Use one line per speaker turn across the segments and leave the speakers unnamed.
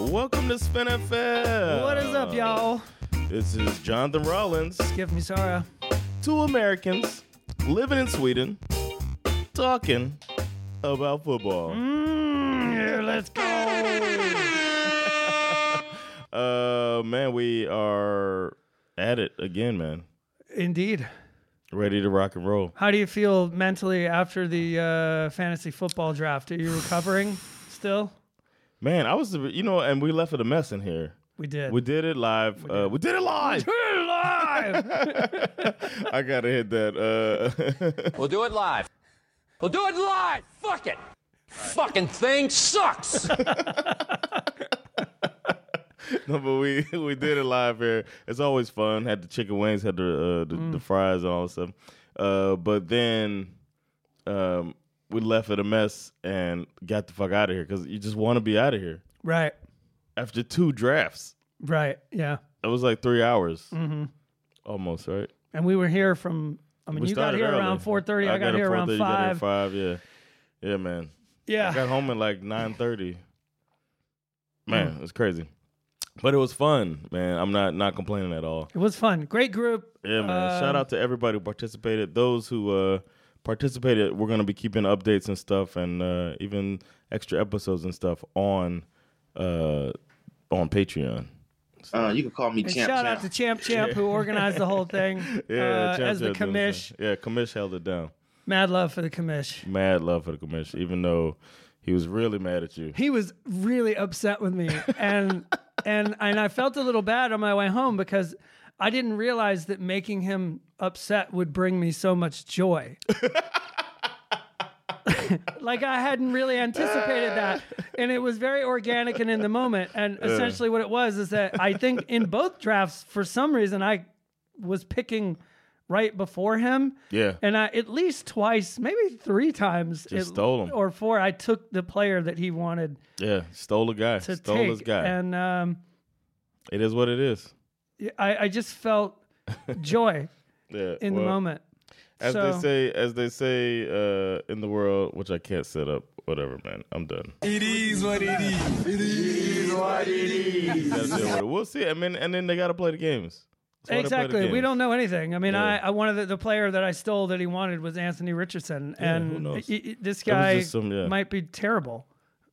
Welcome to Spin FM.
What is up, y'all?
This is Jonathan Rollins.
Give me Sarah.
Two Americans living in Sweden talking about football.
Mm. Here, let's go.
Uh, man, we are at it again, man.
Indeed.
Ready to rock and roll.
How do you feel mentally after the uh, fantasy football draft? Are you recovering still?
Man, I was, you know, and we left it a mess in here.
We did.
We did it live. Uh, we did it live.
Live!
I gotta hit that. Uh,
We'll do it live. We'll do it live. Fuck it. Fucking thing sucks.
No, but we we did it live here. It's always fun. Had the chicken wings, had the uh, the,
Mm.
the fries and all that stuff. Uh, but then um, we left it a mess and got the fuck out of here because you just want to be out of here
right,
after two drafts.
right, yeah.
It was like three hours,
Mm-hmm.
almost right.
And we were here from. I mean,
We
you got
started
here
early.
around 4:30. I, got,
up
here around
4:30, you got here at
five.
Five, yeah, yeah, man. I got
Yeah,
home at like nine thirty.
Mm.
Man, it's crazy, but it was fun, man. I'm not not complaining at all.
it was fun. Great group.
Yeah, man. Shout
Uh,
out to everybody who participated. Those who uh, participated, we're going to be keeping updates and stuff and uh, even extra episodes and stuff on uh, on Patreon.
Uh, you can call me
And
champ.
shout
now.
out to Champ Champ who organized the whole thing
Yeah,
uh,
Champ
as the
Champ doing
commish.
stuff. Yeah, commish held it down.
Mad love for the commish.
Mad love for the commish, even though he was really mad at you.
he was really upset with me and and and I felt a little bad on my way home because I didn't realize that making him upset would bring me so much joy. like I hadn't really anticipated that and it was very organic and in the moment and essentially what it was is that I think in both drafts for some reason I was picking right before him
Yeah.
and I at least twice, maybe three times,
Just stole 'em.
or four. I took the player that he wanted
Yeah, stole a guy.
to
Stole
take,
his guy.
and um,
it is what it is.
I, I just felt joy
Yeah,
in the
well,
moment.
As
so
they say, as they say uh, in the world, which I can't set up. Whatever, man. I'm done. It is what it is. It is what it is. we'll see. I mean, and then they got to play the games. That's why they play the
exactly, we
games.
don't know anything. I mean,
Yeah.
I, I wanted the, the player that I stole that he wanted was Anthony Richardson, and
who knows?
i- i- this
That was
guy
just some- yeah. Mm-hmm.
might be terrible.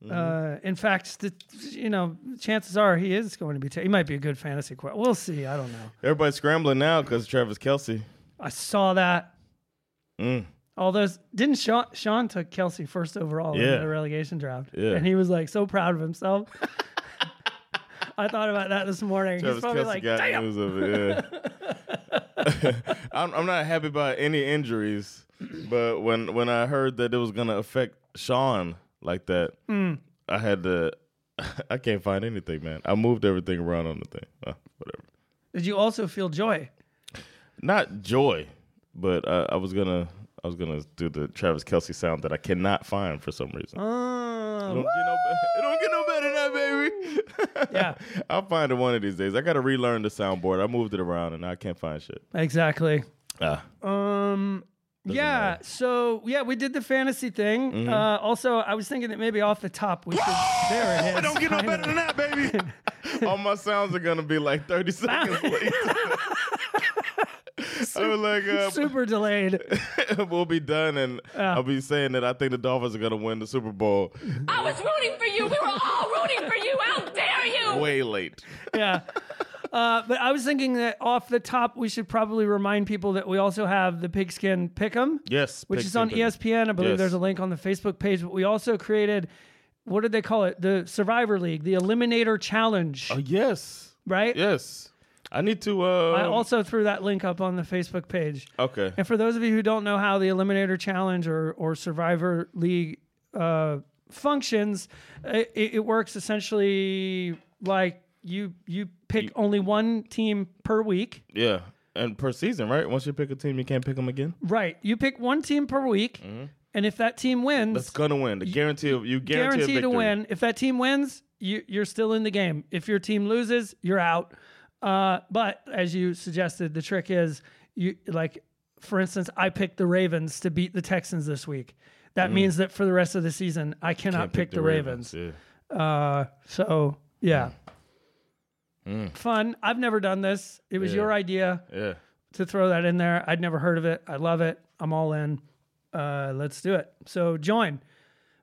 Uh, in fact, st- you know, chances are he is going to be. Ter- he might be a good fantasy. Qu- we'll see. I don't know.
Everybody's scrambling now because Travis Kelsey.
I saw that.
Mm.
All those didn't Sean, Sean took Kelsey first overall
Yeah.
in the relegation draft,
Yeah.
and he was like so proud of himself. I thought about that this morning.
Travis
He's probably
Kelsey
like,
got
"Damn,
news of it. Yeah. I'm, I'm not happy about any injuries, but when when I heard that it was gonna affect Sean like that,
Hmm.
I had to. I can't find anything, man. I moved everything around on the thing. Uh, whatever.
did you also feel joy?"
not joy, but I, I was gonna I was gonna do the Travis Kelsey sound that I cannot find for some reason. it, don't
Um,
get no, be- it don't get no better than that, baby.
Yeah.
I'll find it one of these days. I gotta relearn the soundboard. I moved it around and I can't find shit.
exactly.
Ah,
Um, yeah. So yeah, we did the fantasy thing.
Mm-hmm.
Uh, also, I was thinking that maybe off the top we should. there it is.
don't get no
Kinda.
better than that, baby. All my sounds are gonna be like thirty seconds late. I was like, uh,
Super delayed.
we'll be done, and I'll be saying that I think the Dolphins are gonna win the Super Bowl
I was rooting for you. We were all rooting for you. How dare you?
way late.
yeah. Uh, but I was thinking that off the top, we should probably remind people that we also have the Pigskin Pick'em.
Yes,
which is
Pigskin
on E
Pick'em.
ESPN. I believe
Yes.
there's a link on the Facebook page, but we also created what did they call it? The Survivor League, the Eliminator Challenge,
Oh, yes.
right?
Yes. I need to. Uh,
I also threw that link up on the Facebook page.
okay.
And for those of you who don't know how the Eliminator Challenge or, or Survivor League uh, functions, it, it works essentially like you you pick only one team per week.
Yeah. And per season, right? Once you pick a team, you can't pick them again.
Right. You pick one team per week, and if that team wins,
That's gonna win. The guarantee of you guarantee, a
guaranteed to
victory.
win. If that team wins, you, you're still in the game. If your team loses, you're out. Uh, but as you suggested, the trick is you like, for instance, I picked the Ravens to beat the Texans this week. That means that for the rest of the season, I cannot pick, the, Ravens. Uh, so yeah, fun. I've never done this. It was your idea
Mm. Yeah. yeah.
to throw that in there. I'd never heard of it. I love it. I'm all in. Uh, let's do it. So join.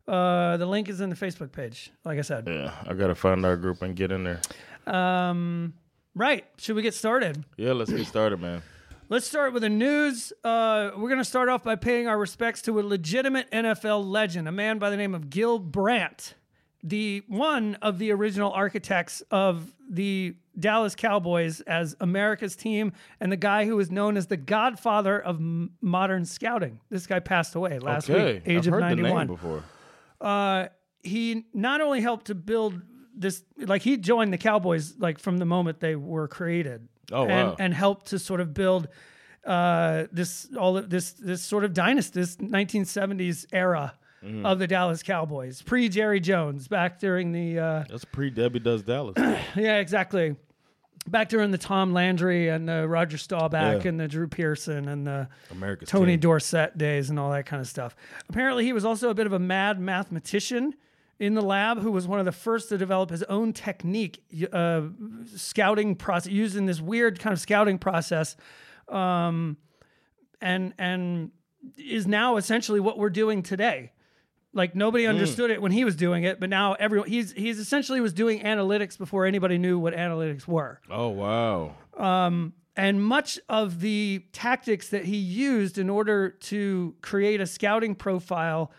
Uh, the link is in the Facebook page, like I said.
Yeah. I gotta find our group and get in there.
Um, right. Should we get started?
Yeah, let's get started, man.
Let's start with the news. Uh, we're going to start off by paying our respects to a legitimate NFL legend, a man by the name of Gil Brandt, the one of the original architects of the Dallas Cowboys as America's team, and the guy who is known as the godfather of m- modern scouting. This guy passed away last
Okay.
week, age
I've
of
heard the name
91
before.
uh, he not only helped to build this, like he joined the Cowboys like from the moment they were created.
Oh,
and,
wow.
and helped to sort of build uh, this all of this this sort of dynasty, this 1970s era
Mm-hmm.
of the Dallas Cowboys, pre Jerry Jones, back during the uh,
That's pre Debbie Does Dallas.
yeah, exactly. Back during the Tom Landry and the Roger Staubach
Yeah.
and the Drew Pearson and the
America's
Tony
team.
Dorsett days and all that kind of stuff. Apparently, he was also a bit of a mad mathematician in the lab who was one of the first to develop his own technique, y- uh, scouting process, using this weird kind of scouting process, um, and and is now essentially what we're doing today. Like nobody understood it when he was doing it, but now everyone he's he's essentially was doing analytics before anybody knew what analytics were
oh wow.
and much of the tactics that he used in order to create a scouting profile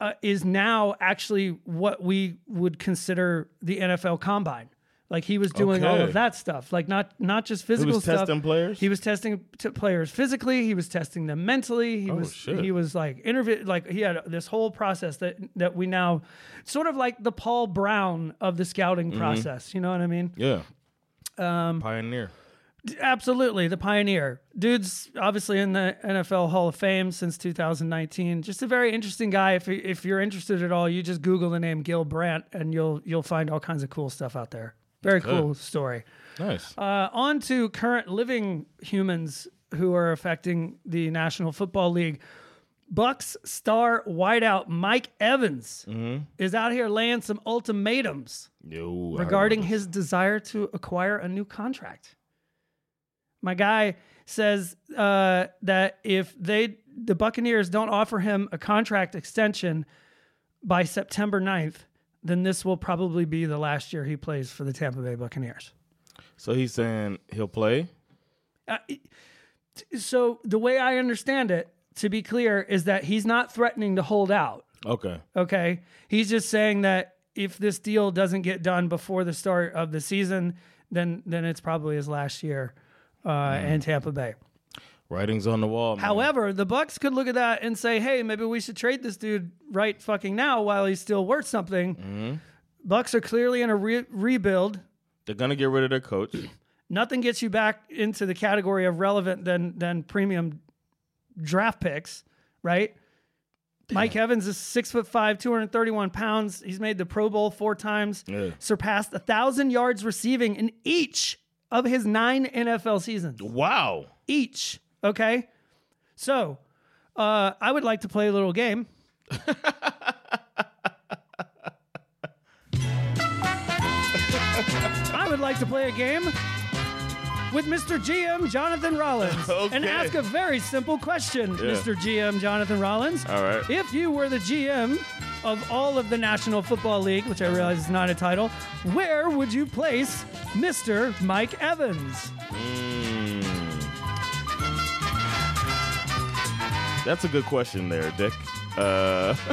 uh, is now actually what we would consider the NFL combine. Like he was doing all
Okay.
of that stuff, like not not just physical
was
stuff.
testing players?
He was testing t- players physically. He was testing them mentally. He was
Oh, shit.
he was like interview like he had this whole process that that we now sort of like the Paul Brown of the scouting
Mm-hmm.
process. You know what I mean?
Yeah. Um Pioneer.
Absolutely, the pioneer. Dude's obviously in the NFL Hall of Fame since 2019. Just a very interesting guy. If if you're interested at all, you just Google the name Gil Brandt, and you'll you'll find all kinds of cool stuff out there. Very cool story.
Nice.
Uh, on to current living humans who are affecting the National Football League. Bucks star wideout Mike Evans is out here laying some ultimatums
Yo, I
regarding his desire to acquire a new contract. My guy says uh, that if they the Buccaneers don't offer him a contract extension by September 9th, then this will probably be the last year he plays for the Tampa Bay Buccaneers.
don't- so he's saying he'll play?
Uh, so the way I understand it, to be clear, is that he's not threatening to hold out.
Okay.
Okay. He's just saying that if this deal doesn't get done before the start of the season, then then it's probably his last year uh, in Tampa Bay.
Writing's on the wall, man.
However, the Bucks could look at that and say, "Hey, maybe we should trade this dude right fucking now while he's still worth something." Bucks are clearly in a re- rebuild.
They're gonna get rid of their coach.
Nothing gets you back into the category of relevant than than premium draft picks, right? Mike Evans is six foot five, two hundred thirty one pounds. He's made the Pro Bowl four times,
Yeah.
surpassed a thousand yards receiving in each of his nine NFL seasons.
Wow.
Each, okay. So, uh, I would like to play a little game. I would like to play a game with Mr. GM Jonathan Rollins and
Okay.
ask a very simple question, Mr. GM Jonathan Rollins.
All right.
If you were the GM of all of the National Football League, which I realize is not a title, where would you place Mr. Mike Evans?
Mm. That's a good question there, Dick. Uh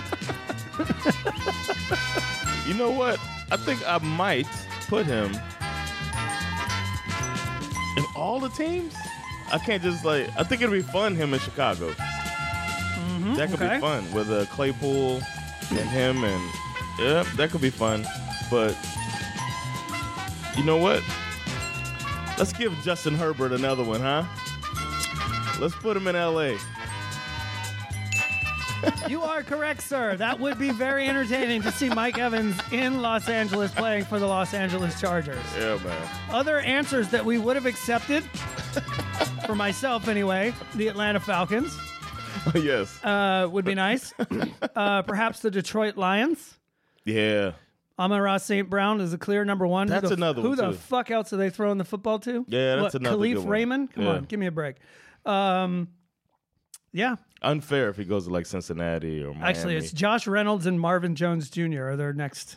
You know what? I think I might put him in all the teams. I can't just like. I think it'd be fun him in Chicago. that could
okay.
be fun with uh, Claypool and him and yeah, that could be fun. But you know what? Let's give Justin Herbert another one, huh? Let's put him in L.A.
You are correct, sir. That would be very entertaining to see Mike Evans in Los Angeles playing for the Los Angeles Chargers.
Yeah, man.
Other answers that we would have accepted, for myself anyway, the Atlanta Falcons
yes.
uh, would be nice. Uh, perhaps the Detroit Lions.
yeah.
Amon Ross St. Brown is a clear number one. Who
That's
the-
another
Who
one,
the
too.
fuck else are they throwing the football to?
Yeah, that's another
Khalif
good one.
Raymond? Come
Yeah.
on, give me a break. Um, yeah,
Unfair if he goes to like Cincinnati or Miami.
actually, it's Josh Reynolds and Marvin Jones Jr. are their next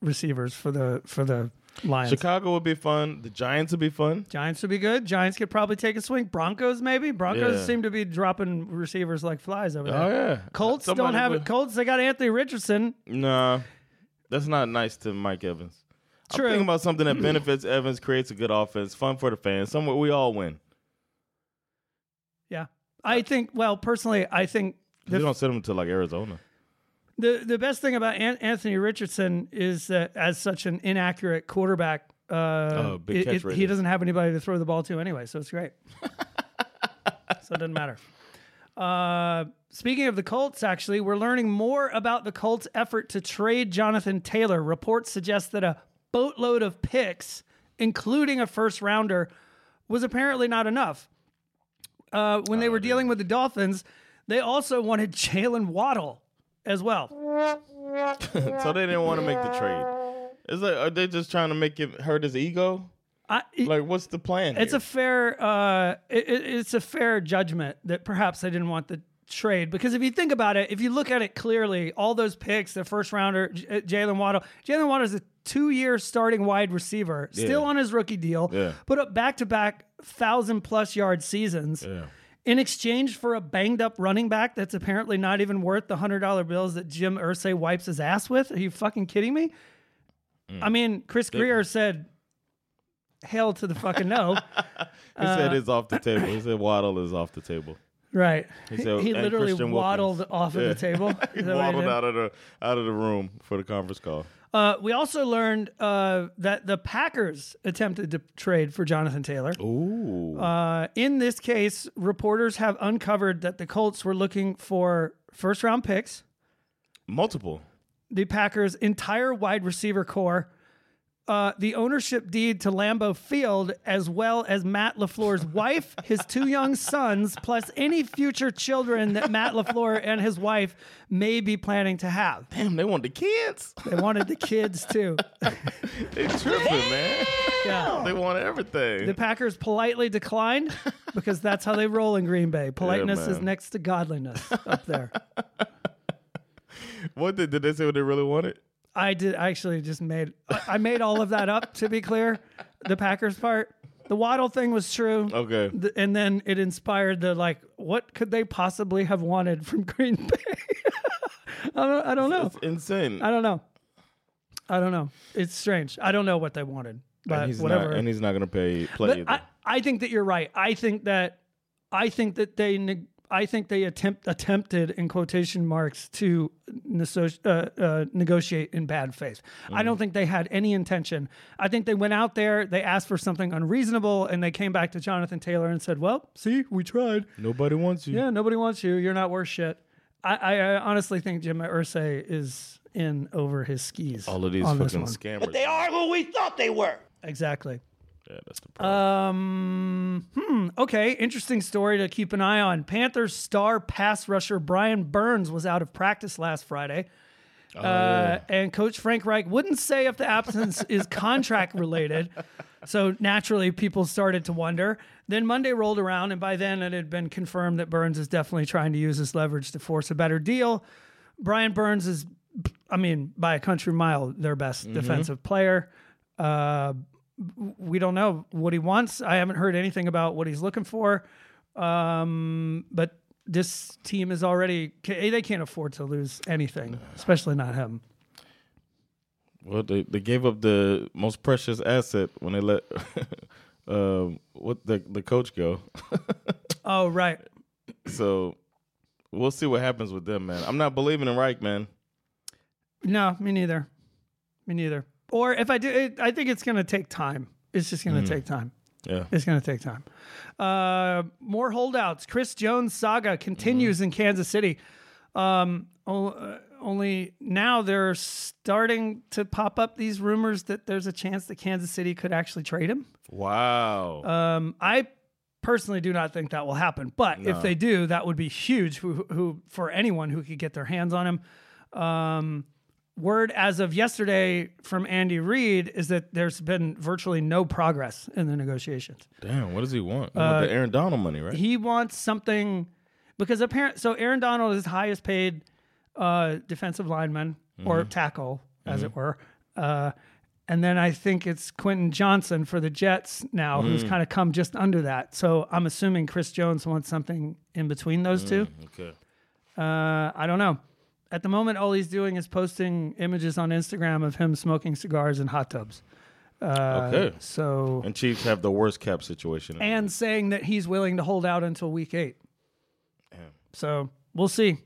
receivers for the for the Lions.
Chicago would be fun. The Giants would be fun.
Giants would be good. Giants could probably take a swing. Broncos maybe. Broncos
Yeah.
seem to be dropping receivers like flies over there.
Oh yeah.
Colts don't
Somebody
have
would-
it. Colts they got Anthony Richardson.
Nah, that's not nice to Mike Evans.
True.
I'm thinking about something that benefits Evans, creates a good offense, fun for the fans. Somewhere we all win.
yeah, I think. Well, personally, I think
You don't send him to like Arizona.
The the best thing about An- Anthony Richardson is that as such an inaccurate quarterback, uh,
Oh, big
it-
catch
it- he
radius.
doesn't have anybody to throw the ball to anyway, so it's great. so it doesn't matter. Uh, speaking of the Colts, actually, we're learning more about the Colts' effort to trade Jonathan Taylor. Reports suggest that a boatload of picks, including a first rounder, was apparently not enough. Uh, when
Oh,
they were dealing with the Dolphins, they also wanted Jalen Waddle as well.
so they didn't want to make the trade. It's like are they just trying to make it hurt his ego?
I, it-
Like what's the plan?
it's a fair uh, it, it- it's a fair judgment that perhaps they didn't want the trade because if you think about it, if you look at it clearly, all those picks, the first rounder, J- uh, Jalen Waddle, Jalen Waddle is a two-year starting wide receiver, still on his rookie deal,
Yeah.
put up back-to-back thousand-plus yard seasons. In exchange for a banged up running back that's apparently not even worth the hundred dollar bills that Jim Ursay wipes his ass with? Are you fucking kidding me? I mean, Chris Greer said, "Hell to the fucking no."
he
uh,
said it's off the table. He said Waddle is off the table.
Right. He,
said-
he
and
literally
Christian Wilkins.
waddled off of
Yeah.
the table.
He
Is that what he
waddled
did?
out of the out of the room for the conference call.
Uh, we also learned uh, that the Packers attempted to trade for Jonathan Taylor.
Ooh.
Uh, in this case, reporters have uncovered that the Colts were looking for first round picks,
Multiple.
the Packers' entire wide receiver core, uh, the ownership deed to Lambeau Field, as well as Matt LaFleur's wife, his two young sons, plus any future children that Matt LaFleur and his wife may be planning to have.
Damn, they want the kids.
They wanted the kids too.
They tripping, man.
Yeah.
They want everything.
The Packers politely declined because that's how they roll in Green Bay. Politeness is
man.
next to godliness up there.
What did, did they say? What they really wanted?
I did I actually just made I I made all of that up to be clear. The Packers part, the Waddle thing was true.
Okay.
Th- And then it inspired the like, what could they possibly have wanted from Green Bay? I don't, I don't know.
That's insane.
I don't know. I don't know. It's strange. I don't know what they wanted, but
and he's
whatever.
Not, and he's not gonna pay play
But
either.
I, I think that you're right. I think that I think that they neg- I think they attempt attempted in quotation marks to neso- uh, uh, negotiate in bad faith. I
Mm.
don't think they had any intention. I think they went out there, they asked for something unreasonable, and they came back to Jonathan Taylor and said, "Well, see, we tried.
Nobody wants you.
Yeah, nobody wants you. You're not worth shit." I, I, I honestly think Jim Ursay is in over his skis.
All of these
on Oh, this
fucking
one.
scammers.
They are who we thought they were.
exactly.
yeah, that's the problem.
Um, hmm, okay, interesting story to keep an eye on. Panthers star pass rusher Brian Burns was out of practice last Friday.
Oh,
Uh, and Coach Frank Reich wouldn't say if the absence is contract related. So naturally, people started to wonder. Then Monday rolled around, and by then it had been confirmed that Burns is definitely trying to use his leverage to force a better deal. Brian Burns is, I mean, by a country mile, their best
Mm-hmm.
defensive player. Uh, we don't know what he wants. I haven't heard anything about what he's looking for. Um, but this team is already ca- they can't afford to lose anything, especially not him.
Well, they, they gave up the most precious asset when they let um, what the the coach go.
Oh, right.
so we'll see what happens with them, man. I'm not believing in Reich, man.
No, me neither. Me neither. Or if I do, it, I think it's going to take time. It's just going to take time.
Yeah.
It's going to take time. Uh, more holdouts. Chris Jones saga continues in Kansas City. Um, o- uh, only now they're starting to pop up these rumors that there's a chance that Kansas City could actually trade him.
Wow.
Uh, I personally do not think that will happen, but if they do, that would be huge who, who, for anyone who could get their hands on him. Um, word as of yesterday from Andy Reid is that there's been virtually no progress in the negotiations.
Damn, what does he want? He want the Aaron Donald money, right?
uh, He wants something because apparent. So Aaron Donald is highest paid uh, defensive lineman or tackle, as it were. Uh, and then I think it's Quentin Johnson for the Jets now, who's kind of come just under that. So I'm assuming Chris Jones wants something in between those two.
okay.
Uh, I don't know. At the moment, all he's doing is posting images on Instagram of him smoking cigars in hot tubs. uh,
okay.
So
And Chiefs have the worst cap situation.
and saying that he's willing to hold out until week eight. So we'll see.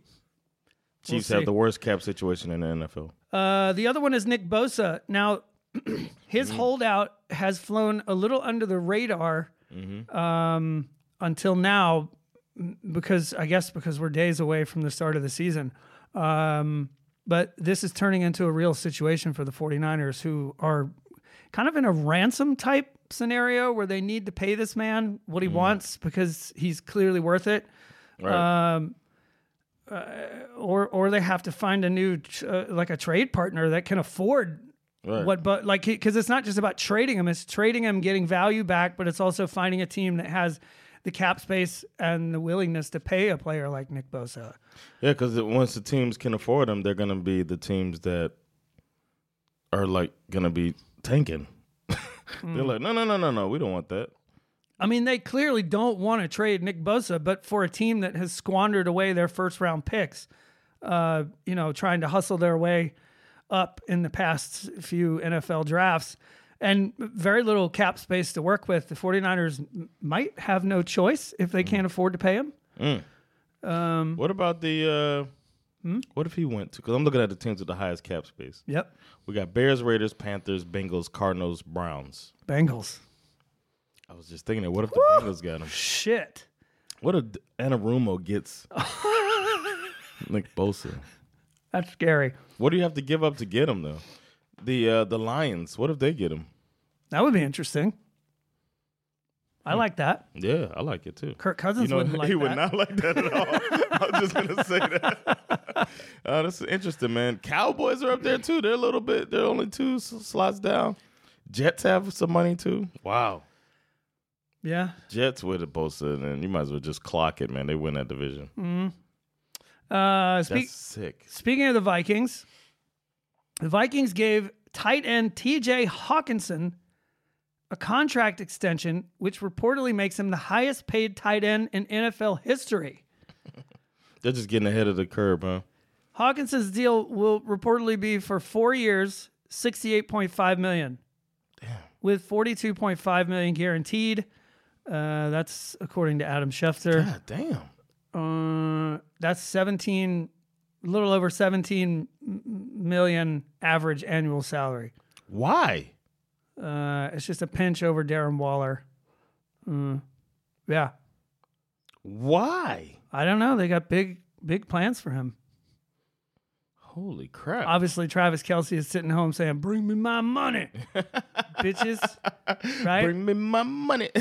Chiefs
see.
have the worst cap situation in the NFL.
Uh, the other one is Nick Bosa. Now, his holdout has flown a little under the radar um, until now, m- because I guess because we're days away from the start of the season. Um, but this is turning into a real situation for the 49ers, who are kind of in a ransom type scenario where they need to pay this man what he wants because he's clearly worth it. Uh,
Right.
or or they have to find a new tr- uh, like a trade partner that can afford
Right.
what but like because it's not just about trading him it's trading him getting value back but it's also finding a team that has the cap space and the willingness to pay a player like Nick Bosa
yeah, because once the teams can afford them, they're going to be the teams that are like going to be tanking. They're
Mm.
like, no, no, no, no, no. We don't want that.
I mean they clearly don't want to trade Nick Bosa but for a team that has squandered away their first round picks uh you know trying to hustle their way up in the past few NFL drafts and very little cap space to work with. The 49ers m- might have no choice if they can't afford to pay him. Mm.
What about the? Uh,
Hmm?
What if he went to? Because I'm looking at the teams with the highest cap space.
Yep.
We got Bears, Raiders, Panthers, Bengals, Cardinals, Browns.
Bengals.
I was just thinking, that, what if the Bengals got him?
Shit.
What if Anarumo gets Nick Bosa?
That's scary.
What do you have to give up to get him though? The uh, the Lions. What if they get him?
That would be interesting. I like that.
Yeah, I like it too.
Kirk
You
Cousins
know,
wouldn't like
he
that.
would not like that at all. I was just gonna say that. uh, that's interesting, man. Cowboys are up there too. They're a little bit. They're only two s- slots down. Jets have some money too. Wow.
Yeah.
Jets with a Bosa, and you might as well just clock it, man. They win that division.
Mm-hmm. Uh, speak,
That's sick.
speaking of the Vikings, the Vikings gave tight end TJ Hawkinson a contract extension, which reportedly makes him the highest paid tight end in NFL history.
They're just getting ahead of the curve, huh?
Hawkinson's deal will reportedly be for four years, sixty-eight point five million, with forty-two point five million guaranteed. Uh, that's according to Adam Schefter.
God damn.
Uh, that's seventeen, a little over seventeen m- million average annual salary.
Why?
Uh, it's just a pinch over Darren Waller. Mm. Yeah,
Why?
I don't know. They got big, big plans for him.
Holy crap.
Obviously, Travis Kelsey is sitting home saying, "Bring me my money, bitches." Right?
Bring me my money.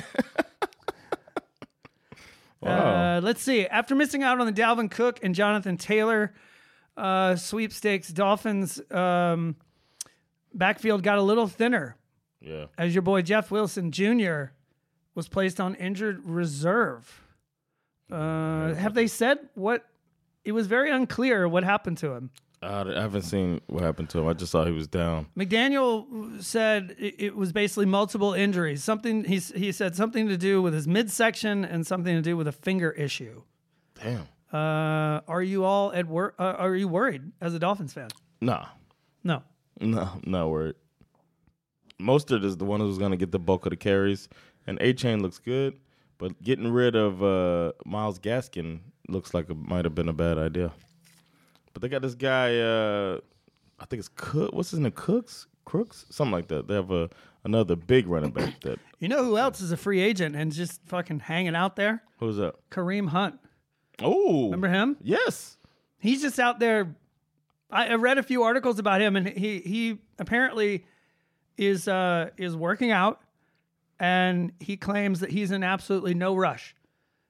Uh, let's see. After missing out on the Dalvin Cook and Jonathan Taylor uh, sweepstakes, Dolphins um, backfield got a little thinner
yeah.
as your boy Jeff Wilson Jr. was placed on injured reserve. Uh, have they said what? It was very unclear what happened to him.
I, I haven't seen what happened to him. I just saw he was down.
McDaniel said it, it was basically multiple injuries. Something he s- he said something to do with his midsection and something to do with a finger issue.
Damn.
Uh, are you all at work? Uh, are you worried as a Dolphins fan?
Nah.
No.
No, I'm not worried. Mostert is the one who's going to get the bulk of the carries, and A Chain looks good, but getting rid of uh, Miles Gaskin looks like it might have been a bad idea. But they got this guy, uh, I think it's Cook. What's his name? Cooks, Crooks, something like that. They have a another big running back. That
You know who else is a free agent and just fucking hanging out there?
who's that?
Kareem Hunt.
Oh,
Remember him?
Yes.
He's just out there. I, I read a few articles about him, and he he apparently is uh is working out, and he claims that he's in absolutely no rush.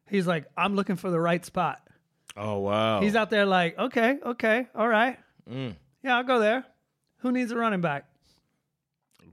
He's like, I'm looking for the right spot.
Oh wow.
He's out there like, okay, okay, all right, yeah, I'll go there. Who needs a running back?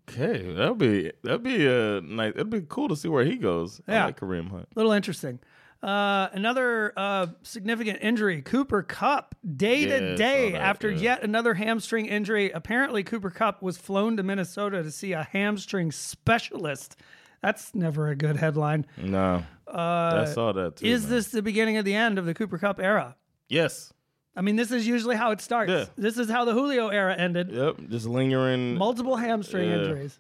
okay. That'd be that'd be uh nice. It'd be cool to see where he goes.
Yeah.
I like Kareem Hunt.
little interesting. Uh, another uh, significant injury: Cooper Cup, day to
Yeah, saw
day
that,
after
yeah.
yet another hamstring injury. Apparently, Cooper Cup was flown to Minnesota to see a hamstring specialist. That's never a good headline.
No. Uh, I saw that too.
Is
man.
this the beginning of the end of the Cooper Cup era?
yes?
I mean, this is usually how it starts.
Yeah.
This is how the Julio era ended.
Yep. Just lingering.
Multiple hamstring
Yeah.
injuries.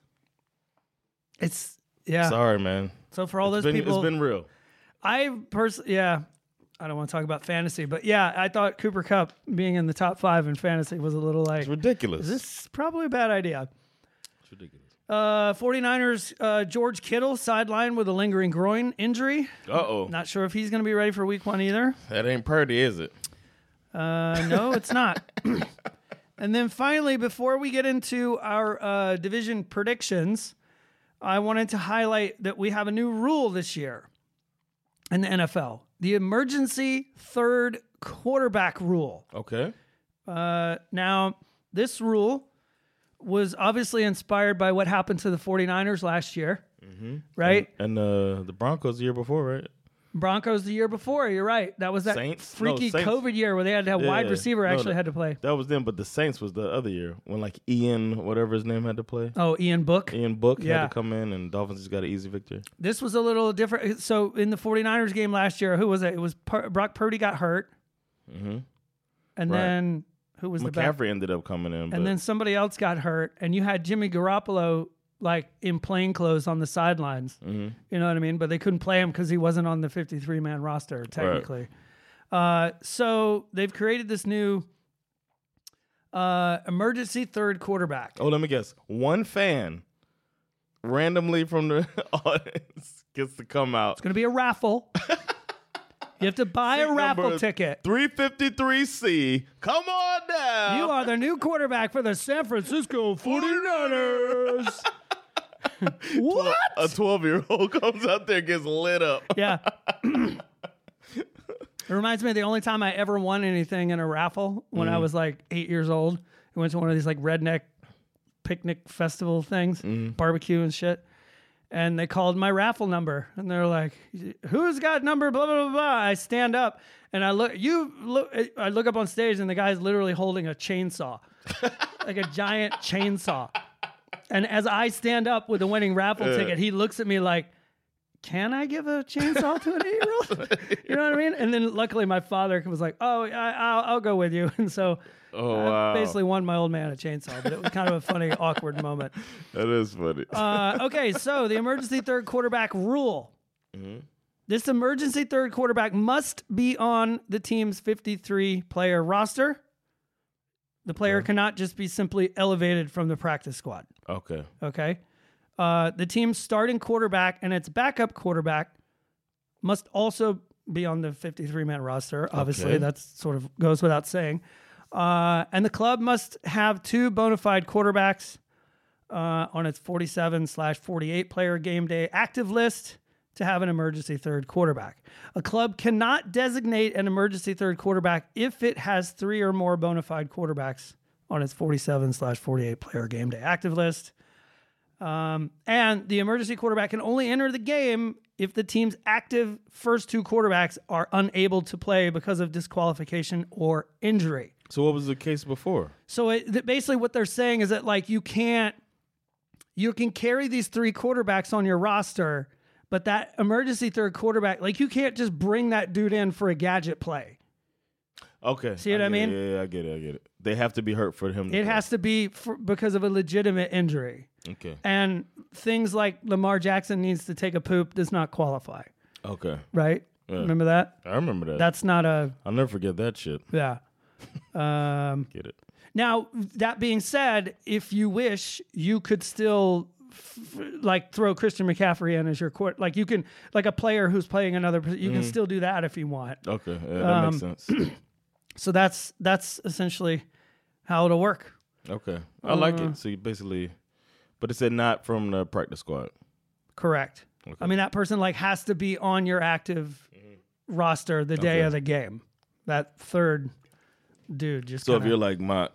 It's yeah.
Sorry, man.
So for all
It's
those
been,
people,
it's been real.
I personally, yeah, I don't want to talk about fantasy, but yeah, I thought Cooper Cup being in the top five in fantasy was a little like,
It's ridiculous.
this is probably a bad idea. Uh, 49ers, uh, George Kittle sidelined with a lingering groin injury.
Uh oh.
Not sure if he's going to be ready for week one either.
That ain't Purdy, is it?
Uh, no, it's not. and then finally, before we get into our uh, division predictions, I wanted to highlight that we have a new rule this year in the NFL the emergency third quarterback rule.
Okay.
Uh, now, this rule was obviously inspired by what happened to the 49ers last year,
Mm-hmm.
right?
And uh, the Broncos the year before, right?
Broncos the year before, you're right. That was that
Saints? No,
freaky
Saints.
COVID year where they had to have wide
Yeah.
receiver
No,
actually
no.
had to play.
That was them, but the Saints was the other year when like Ian, whatever his name, had to play.
Oh, Ian Book.
Ian Book
Yeah.
had to come in, and Dolphins just got an easy victory.
This was a little different. Uh, So in the 49ers game last year, who was it? It was Pur- Brock Purdy got hurt. And
Mm-hmm. Right.
then who was the back?
McCaffrey ended up coming in, but
And then somebody else got hurt. And you had Jimmy Garoppolo like in plain clothes on the sidelines.
Mm-hmm.
You know what I mean? But they couldn't play him because he wasn't on the 53 man roster, technically. Uh, so they've created this new uh, emergency third quarterback.
oh, let me guess, one fan randomly from the audience gets to come out.
It's going to be a raffle. you have to buy a
Seat
raffle
number
ticket.
353C, come on down.
You are the new quarterback for the San Francisco 49ers. what?
a 12 year old comes out there gets lit up.
Yeah. it reminds me of the only time I ever won anything in a raffle when I was like eight years old. I went to one of these like redneck picnic festival things, barbecue and shit. And they called my raffle number and they're like, who's got number blah, blah, blah, blah. I stand up and I look, you look, I look up on stage and the guy's literally holding a chainsaw, like a giant chainsaw. And as I stand up with the winning raffle ticket, he looks at me like, can I give a chainsaw to an eight-year-old? you know what I mean? And then luckily, my father was like, "Oh, I, I'll, I'll go with you." And so,
Oh,
I
wow.
basically won my old man a chainsaw. But it was kind of a funny, awkward moment.
That is funny.
Uh, okay, so the emergency third quarterback rule. This emergency third quarterback must be on the team's 53 player roster. The player cannot just be simply elevated from the practice squad.
okay.
Okay. Uh, the team's starting quarterback and its backup quarterback must also be on the 53 man roster. Obviously,
Okay.
that sort of goes without saying. Uh, and the club must have two bona fide quarterbacks uh, on its 47 slash 48 player game day active list to have an emergency third quarterback. A club cannot designate an emergency third quarterback if it has three or more bona fide quarterbacks on its 47 slash 48 player game day active list. And the emergency quarterback can only enter the game if the team's active first two quarterbacks are unable to play because of disqualification or injury.
So what was the case before?
So it, th- basically, what they're saying is that like you can't, you can carry these three quarterbacks on your roster, but that emergency third quarterback, like you can't just bring that dude in for a gadget play.
Okay.
See what I
get it.
mean?
Yeah, yeah, I get it. I get it. They have to be hurt for him. to play.
It has to be for, because of a legitimate injury.
Okay.
And things like Lamar Jackson needs to take a poop does not qualify,
Okay.
right? Remember that?
I remember that.
That's not a
I'll never forget that shit.
yeah.
Get it.
Now, that being said, if you wish, you could still f- f- like throw Christian McCaffrey in as your court. Like you can like a player who's playing another pos- you
Mm-hmm.
can still do that if you want.
Okay. Yeah, that makes
Um,
sense.
So that's that's essentially how it'll work.
Okay. I like
Mm-hmm.
it. So you basically, but it said not from the practice squad.
Correct. I mean that person like has to be on your active
Mm-hmm.
roster the day of the game. That third dude just
So if
kinda-
you're like my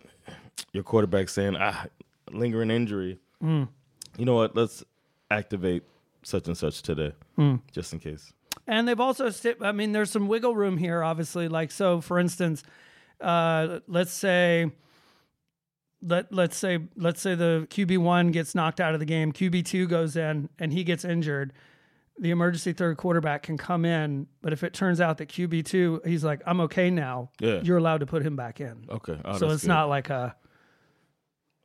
your quarterback saying ah lingering injury,
Mm.
you know what? Let's activate such and such today,
Mm.
just in case.
And they've also, sti- I mean, there's some wiggle room here, obviously. Like, so for instance, uh, let's say, let let's say let's say the QB one gets knocked out of the game, QB two goes in, and he gets injured. The emergency third quarterback can come in, but if it turns out that QB two, he's like, I'm okay now.
Yeah.
you're allowed to put him back in.
Okay. Oh,
so
that's
it's
good.
not like a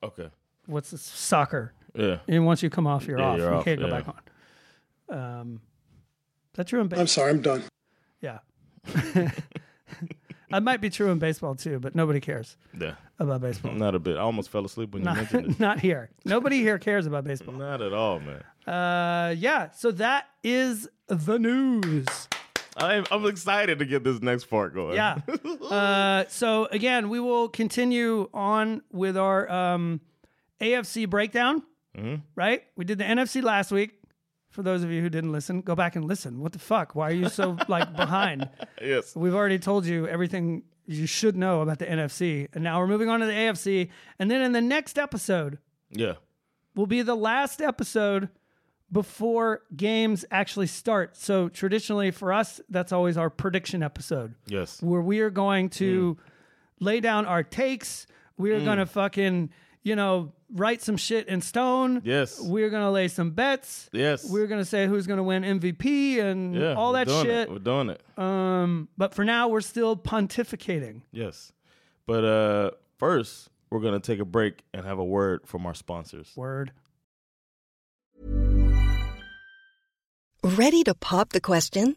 okay.
what's this soccer.
Yeah.
And once you come off, you're
Yeah,
off.
you're
you
off,
can't go
yeah.
back on. Um, is that true in baseball?
I'm sorry, I'm done.
Yeah. that might be true in baseball too, but nobody cares
Yeah.
about baseball.
Not a bit. I almost fell asleep when you mentioned it. Mm-hmm.
Not here. Nobody here cares about baseball.
Not at all, man.
Uh, yeah. So that is the news.
I'm, I'm excited to get this next part going.
Yeah. Uh, so again, we will continue on with our um, AFC breakdown. Right? We did the NFC last week. For those of you who didn't listen, go back and listen. What the fuck? Why are you so like behind?
yes.
We've already told you everything you should know about the NFC. And now we're moving on to the AFC. And then in the next episode
Yeah.
will be the last episode before games actually start. So traditionally for us, that's always our prediction episode
Yes.
where we are going to
Mm.
lay down our takes. We are going to fucking, you know, write some shit in stone.
Yes.
We're going to lay some bets.
Yes.
We're going to say who's going to win MVP and
yeah.
all
we're
that
doing it.
shit.
We're doing it.
Um, but for now, we're still pontificating.
Yes. But uh first, we're going to take a break and have a word from our sponsors.
Word.
Ready to pop the question?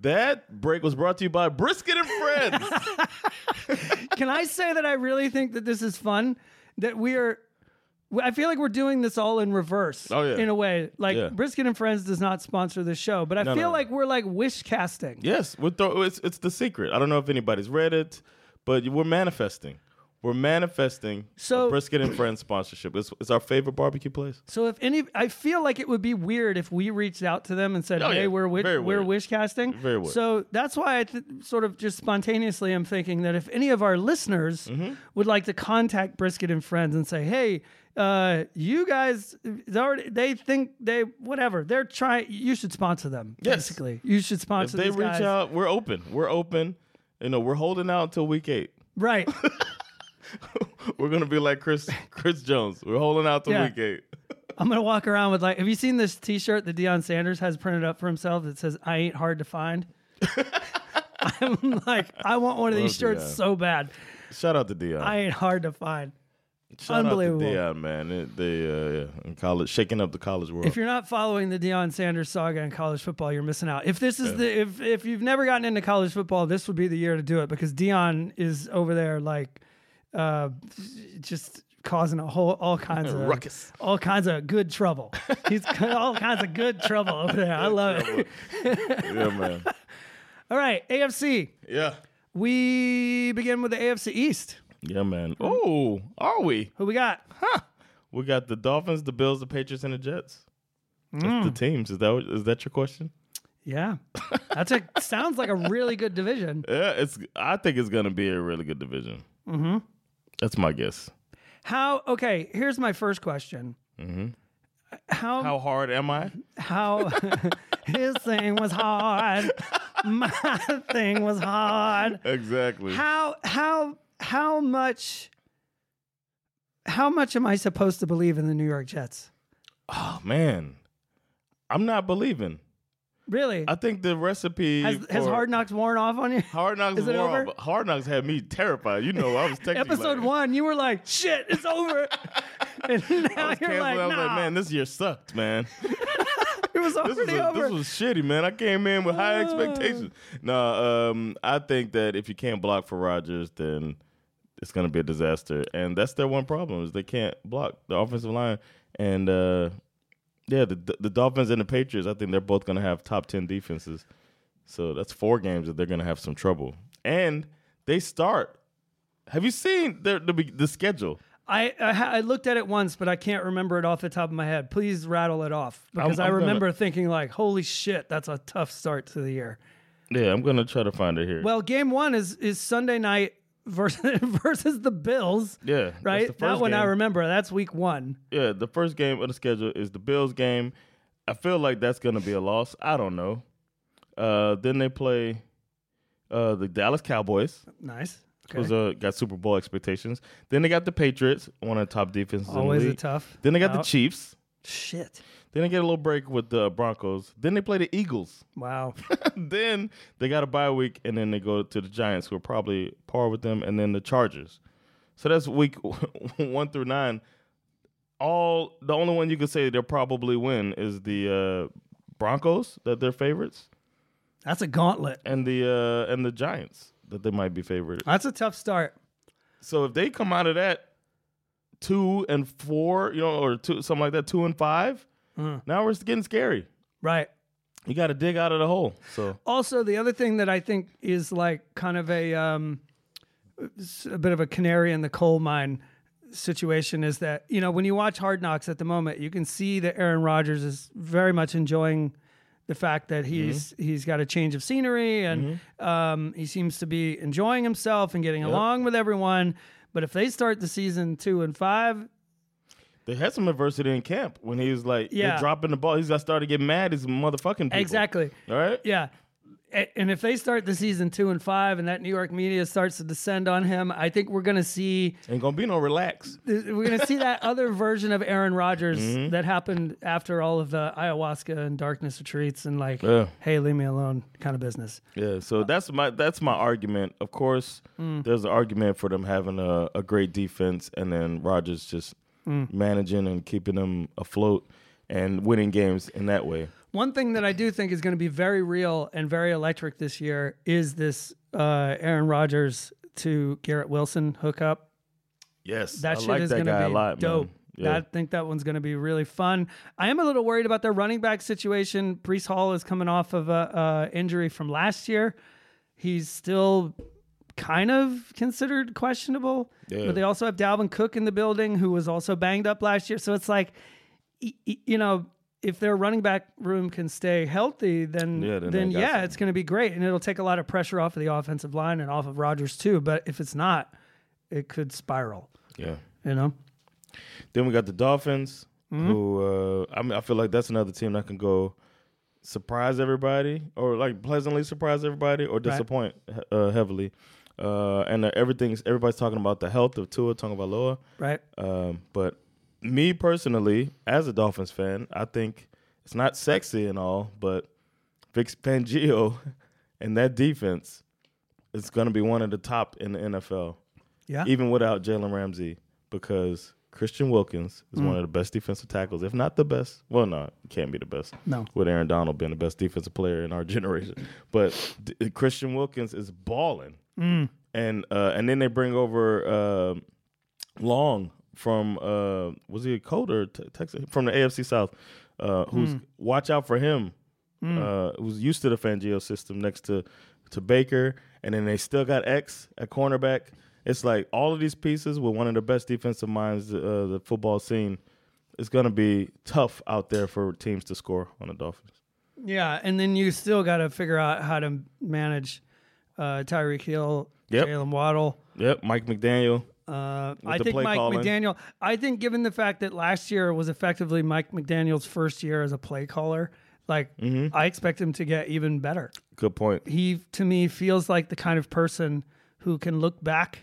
That break was brought to you by Brisket and Friends.
Can I say that I really think that this is fun? That we are, I feel like we're doing this all in reverse.
Oh, yeah.
In a way, like
Yeah.
Brisket and Friends does not sponsor this show, but I
No,
feel
no.
like we're like wish casting.
yes, we're throw, it's it's the secret. I don't know if anybody's read it, but we're manifesting. We're manifesting
So-
a Brisket and Friends sponsorship. It's, it's our favorite barbecue place.
So if any, I feel like it would be weird if we reached out to them and said,
Oh,
"Hey,
yeah.
we're wi-
Very
we're
weird.
wish casting."
Very weird.
So that's why I th- sort of just spontaneously am thinking that if any of our listeners
Mm-hmm.
would like to contact Brisket and Friends and say, "Hey, uh, you guys, they already they think they whatever they're trying. You should sponsor them.
Yes.
Basically, you should
If
sponsor.
they
these
reach
guys.
out, we're open. We're open. You know, we're holding out until week eight.
right?
We're gonna be like Chris Chris Jones. We're holding out till
Yeah.
week eight.
I'm gonna walk around with like, have you seen this T-shirt that Deion Sanders has printed up for himself that says "I ain't hard to find"? I'm like, I want one of these
Love
shirts
Deion.
so bad.
Shout out to Dion.
I ain't hard to find.
Shout
Unbelievable.
Out to Deion, man. It- they uh, yeah, in college, shaking up the college world.
If you're not following the Deion Sanders saga in college football, you're missing out. If this is the if if you've never gotten into college football, this would be the year to do it because Deion is over there like uh just causing a whole all kinds of
Ruckus.
all kinds of good trouble. He's ca- all kinds of good trouble over there. I love it.
yeah, man.
All right, AFC.
Yeah.
We begin with the AFC East.
Yeah, man. Oh, are we?
Who we got?
We got the Dolphins, the Bills, the Patriots, and the Jets. That's
Mm.
the teams. Is that what- is that your question?
Yeah. That's a sounds like a really good division.
Yeah, it's. I think it's gonna be a really good division. Mm-hmm. That's my guess.
How okay, here's my first question. How
Mm-hmm. How hard am I?
how his thing was hard. My thing was hard.
Exactly.
How how how much how much am I supposed to believe in the New York Jets?
Oh, man, I'm not believing.
Really?
I think the recipe
Has, has
for-
Hard Knocks worn off on you?
Hard Knocks
Is it
wore
over?
off. Hard Knocks had me terrified. You know, I was texting
Episode
like,
one, you were like, "Shit, it's over,"
I
and now
was
you're
canceling.
like,
I was
"Nah,
like, man, this year sucked, man.
it
This
was
was,
already
a-
over." Uh.
this was shitty, man. I came in with high expectations. No, um, I think that if you can't block for Rodgers, then it's going to be a disaster. And that's their one problem is they can't block the offensive line. And uh, yeah, the the Dolphins and the Patriots, I think they're both going to have top ten defenses. So that's four games that they're going to have some trouble. And they start. Have you seen their, the be- the schedule?
I, I ha- I looked at it once, but I can't remember it off the top of my head. Please rattle it off because i
I'm gonna-
remember thinking like, "Holy shit, that's a tough start to the year."
Yeah, I'm going to try to find it here.
Well, game one is is Sunday night versus versus the Bills.
yeah, that's
Right,
the
that
first
one I
game.
remember. That's week one.
yeah, the first game of the schedule is the Bills game. I feel like that's going to be a loss. I don't know. Uh, then they play uh, the Dallas Cowboys,
Nice.
who's
Okay.
uh, got Super Bowl expectations. Then they got the Patriots, one of the top defenses in
Always
the
a
league.
tough.
Then they got the
out.
Chiefs.
Shit.
Then they get a little break with the Broncos. Then they play the Eagles.
Wow.
then they got a bye week, and then they go to the Giants, who are probably par with them, and then the Chargers. So that's week one through nine. All the only one you could say they'll probably win is the uh, Broncos that they're favorites,
That's a gauntlet.
and the uh, and the Giants that they might be favored.
That's a tough start.
So if they come out of that two and four, you know, or two something like that, two and 5 now we're getting scary.
Right.
You got to dig out of the hole. So
Also, the other thing that I think is like kind of a um, s- a bit of a canary in the coal mine situation is that you know when you watch Hard Knocks at the moment, you can see that Aaron Rodgers is very much enjoying the fact that he's he's got a change of scenery and um, he seems to be enjoying himself and getting along with everyone. But if they start the season two and five,
They had some adversity in camp when he was like,
Yeah.
yeah, dropping the ball. He's got started getting mad. He's motherfucking people.
exactly.
All right.
Yeah. A- And if they start the season two and five and that New York media starts to descend on him, I think we're going to see
Ain't gonna be no relax.
th- we're going to see that other version of Aaron Rodgers that happened after all of the ayahuasca and darkness retreats and like,
Yeah.
hey, leave me alone kind of business.
Yeah. So that's my that's my argument. Of course,
Mm.
there's an argument for them having a, a great defense and then Rogers just
Mm.
managing and keeping them afloat and winning games in that way.
One thing that I do think is going to be very real and very electric this year is this uh, Aaron Rodgers to Garrett Wilson hookup.
Yes.
That
I
shit
like
is
that
going to
guy
be
a lot,
dope.
man. Yeah.
I think that one's going to be really fun. I am a little worried about their running back situation. Brees Hall is coming off of a, a injury from last year. He's still kind of considered questionable,
Yeah.
but they also have Dalvin Cook in the building, who was also banged up last year. So it's like, y- y- you know, if their running back room can stay healthy, then
Yeah,
then,
then they got
yeah,
something.
it's going to be great, and it'll take a lot of pressure off of the offensive line and off of Rodgers too. But if it's not, it could spiral.
yeah.
You know.
Then we got the Dolphins, who uh, I mean, I feel like that's another team that can go surprise everybody, or like pleasantly surprise everybody, or disappoint he- uh, heavily. Uh, and uh, everything's everybody's talking about the health of Tua Tagovailoa.
Right.
Um, but me personally, as a Dolphins fan, I think it's not sexy and all, but Vic Fangio and that defense is going to be one of the top in the NFL.
Yeah.
Even without Jalen Ramsey. because Christian Wilkins
Mm.
is one of the best defensive tackles, if not the best. Well, no, it can't be the best.
No.
With Aaron Donald being the best defensive player in our generation. But d- Christian Wilkins is balling.
Mm.
And uh, and then they bring over uh, Long from uh, was he a cold or te- Texas from the AFC South? Uh, who's watch out for him? Uh, who's used to the Fangio system next to to Baker, and then they still got X at cornerback. It's like all of these pieces with one of the best defensive minds uh, the football scene. It's gonna be tough out there for teams to score on the Dolphins.
Yeah, and then you still got to figure out how to manage uh, Tyreek Hill,
Yep.
Jalen Waddle.
Yep, Mike McDaniel.
Uh, I
the
think
play
Mike
calling.
McDaniel. I think given the fact that last year was effectively Mike McDaniel's first year as a play caller, like
Mm-hmm.
I expect him to get even better.
Good point.
He to me feels like the kind of person who can look back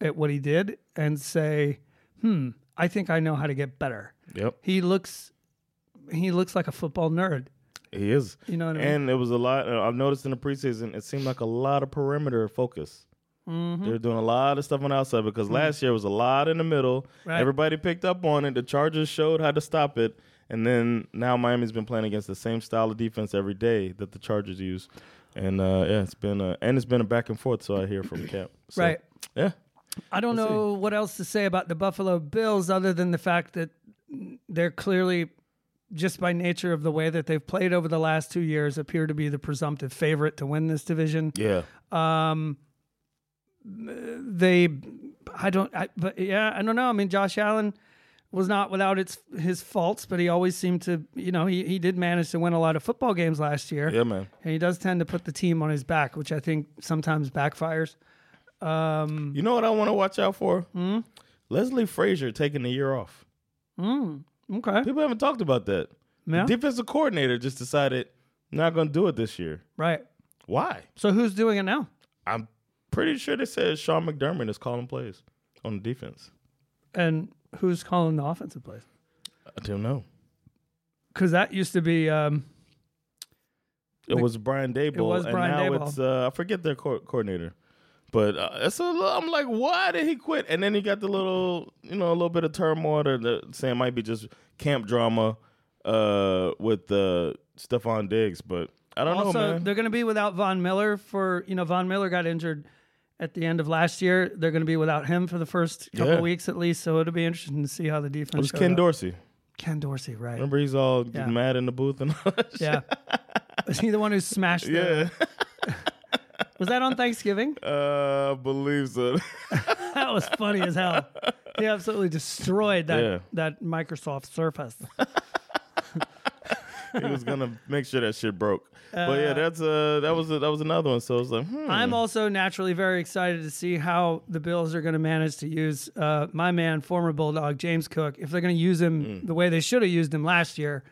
at what he did and say, "Hmm, I think I know how to get better."
Yep.
He looks, he looks like a football nerd.
He is.
You know what I mean?
And it was a lot. uh, I've noticed in the preseason, it seemed like a lot of perimeter focus.
Mm-hmm.
They're doing a lot of stuff on the outside because last year was a lot in the middle.
Right.
Everybody picked up on it. The Chargers showed how to stop it. And then now Miami's been playing against the same style of defense every day that the Chargers use. And uh, yeah, it's been a, and it's been a back and forth. So I hear from Cap. So,
Right.
Yeah.
I don't know what else to say about the Buffalo Bills other than the fact that they're clearly, just by nature of the way that they've played over the last two years, appear to be the presumptive favorite to win this division.
Yeah.
They, I don't, I, but yeah, I don't know. I mean, Josh Allen was not without its his faults, but he always seemed to, you know, he, he did manage to win a lot of football games last year.
Yeah, man.
And he does tend to put the team on his back, which I think sometimes backfires.
You know what I want to watch out for?
Mm-hmm.
Leslie Frazier taking the year off.
Okay.
People haven't talked about that.
Yeah.
The defensive coordinator just decided not going to do it this year.
Right.
Why?
So who's doing it now?
I'm pretty sure they said Sean McDermott is calling plays on the defense.
And who's calling the offensive plays?
I don't know.
because that used to be um,
It was Brian Dable,
was Brian
and now
Daboll.
it's uh, I forget their co- coordinator. But uh, that's a little, I'm like, why did he quit? And then he got the little, you know, a little bit of turmoil, or the, saying it might be just camp drama uh, with uh, Stephon Diggs. But I don't know,
also
Oh, man.
they're going to be without Von Miller for you know Von Miller got injured at the end of last year. They're going to be without him for the first couple
Yeah.
weeks at least. So it'll be interesting to see how the
it
defense.
was
showed
Ken
up.
Dorsey.
Ken Dorsey, right?
Remember, he's all
Yeah.
mad in the booth and all that
Yeah. Is he the one who smashed? The,
Yeah,
was that on Thanksgiving?
uh, I believe so.
That was funny as hell. He absolutely destroyed that
Yeah.
that Microsoft Surface.
he was gonna make sure that shit broke. but yeah, that's uh that was that was another one. So I was like, hmm.
I'm also naturally very excited to see how the Bills are going to manage to use uh, my man, former Bulldog James Cook, if they're going to use him
Hmm.
the way they should have used him last year,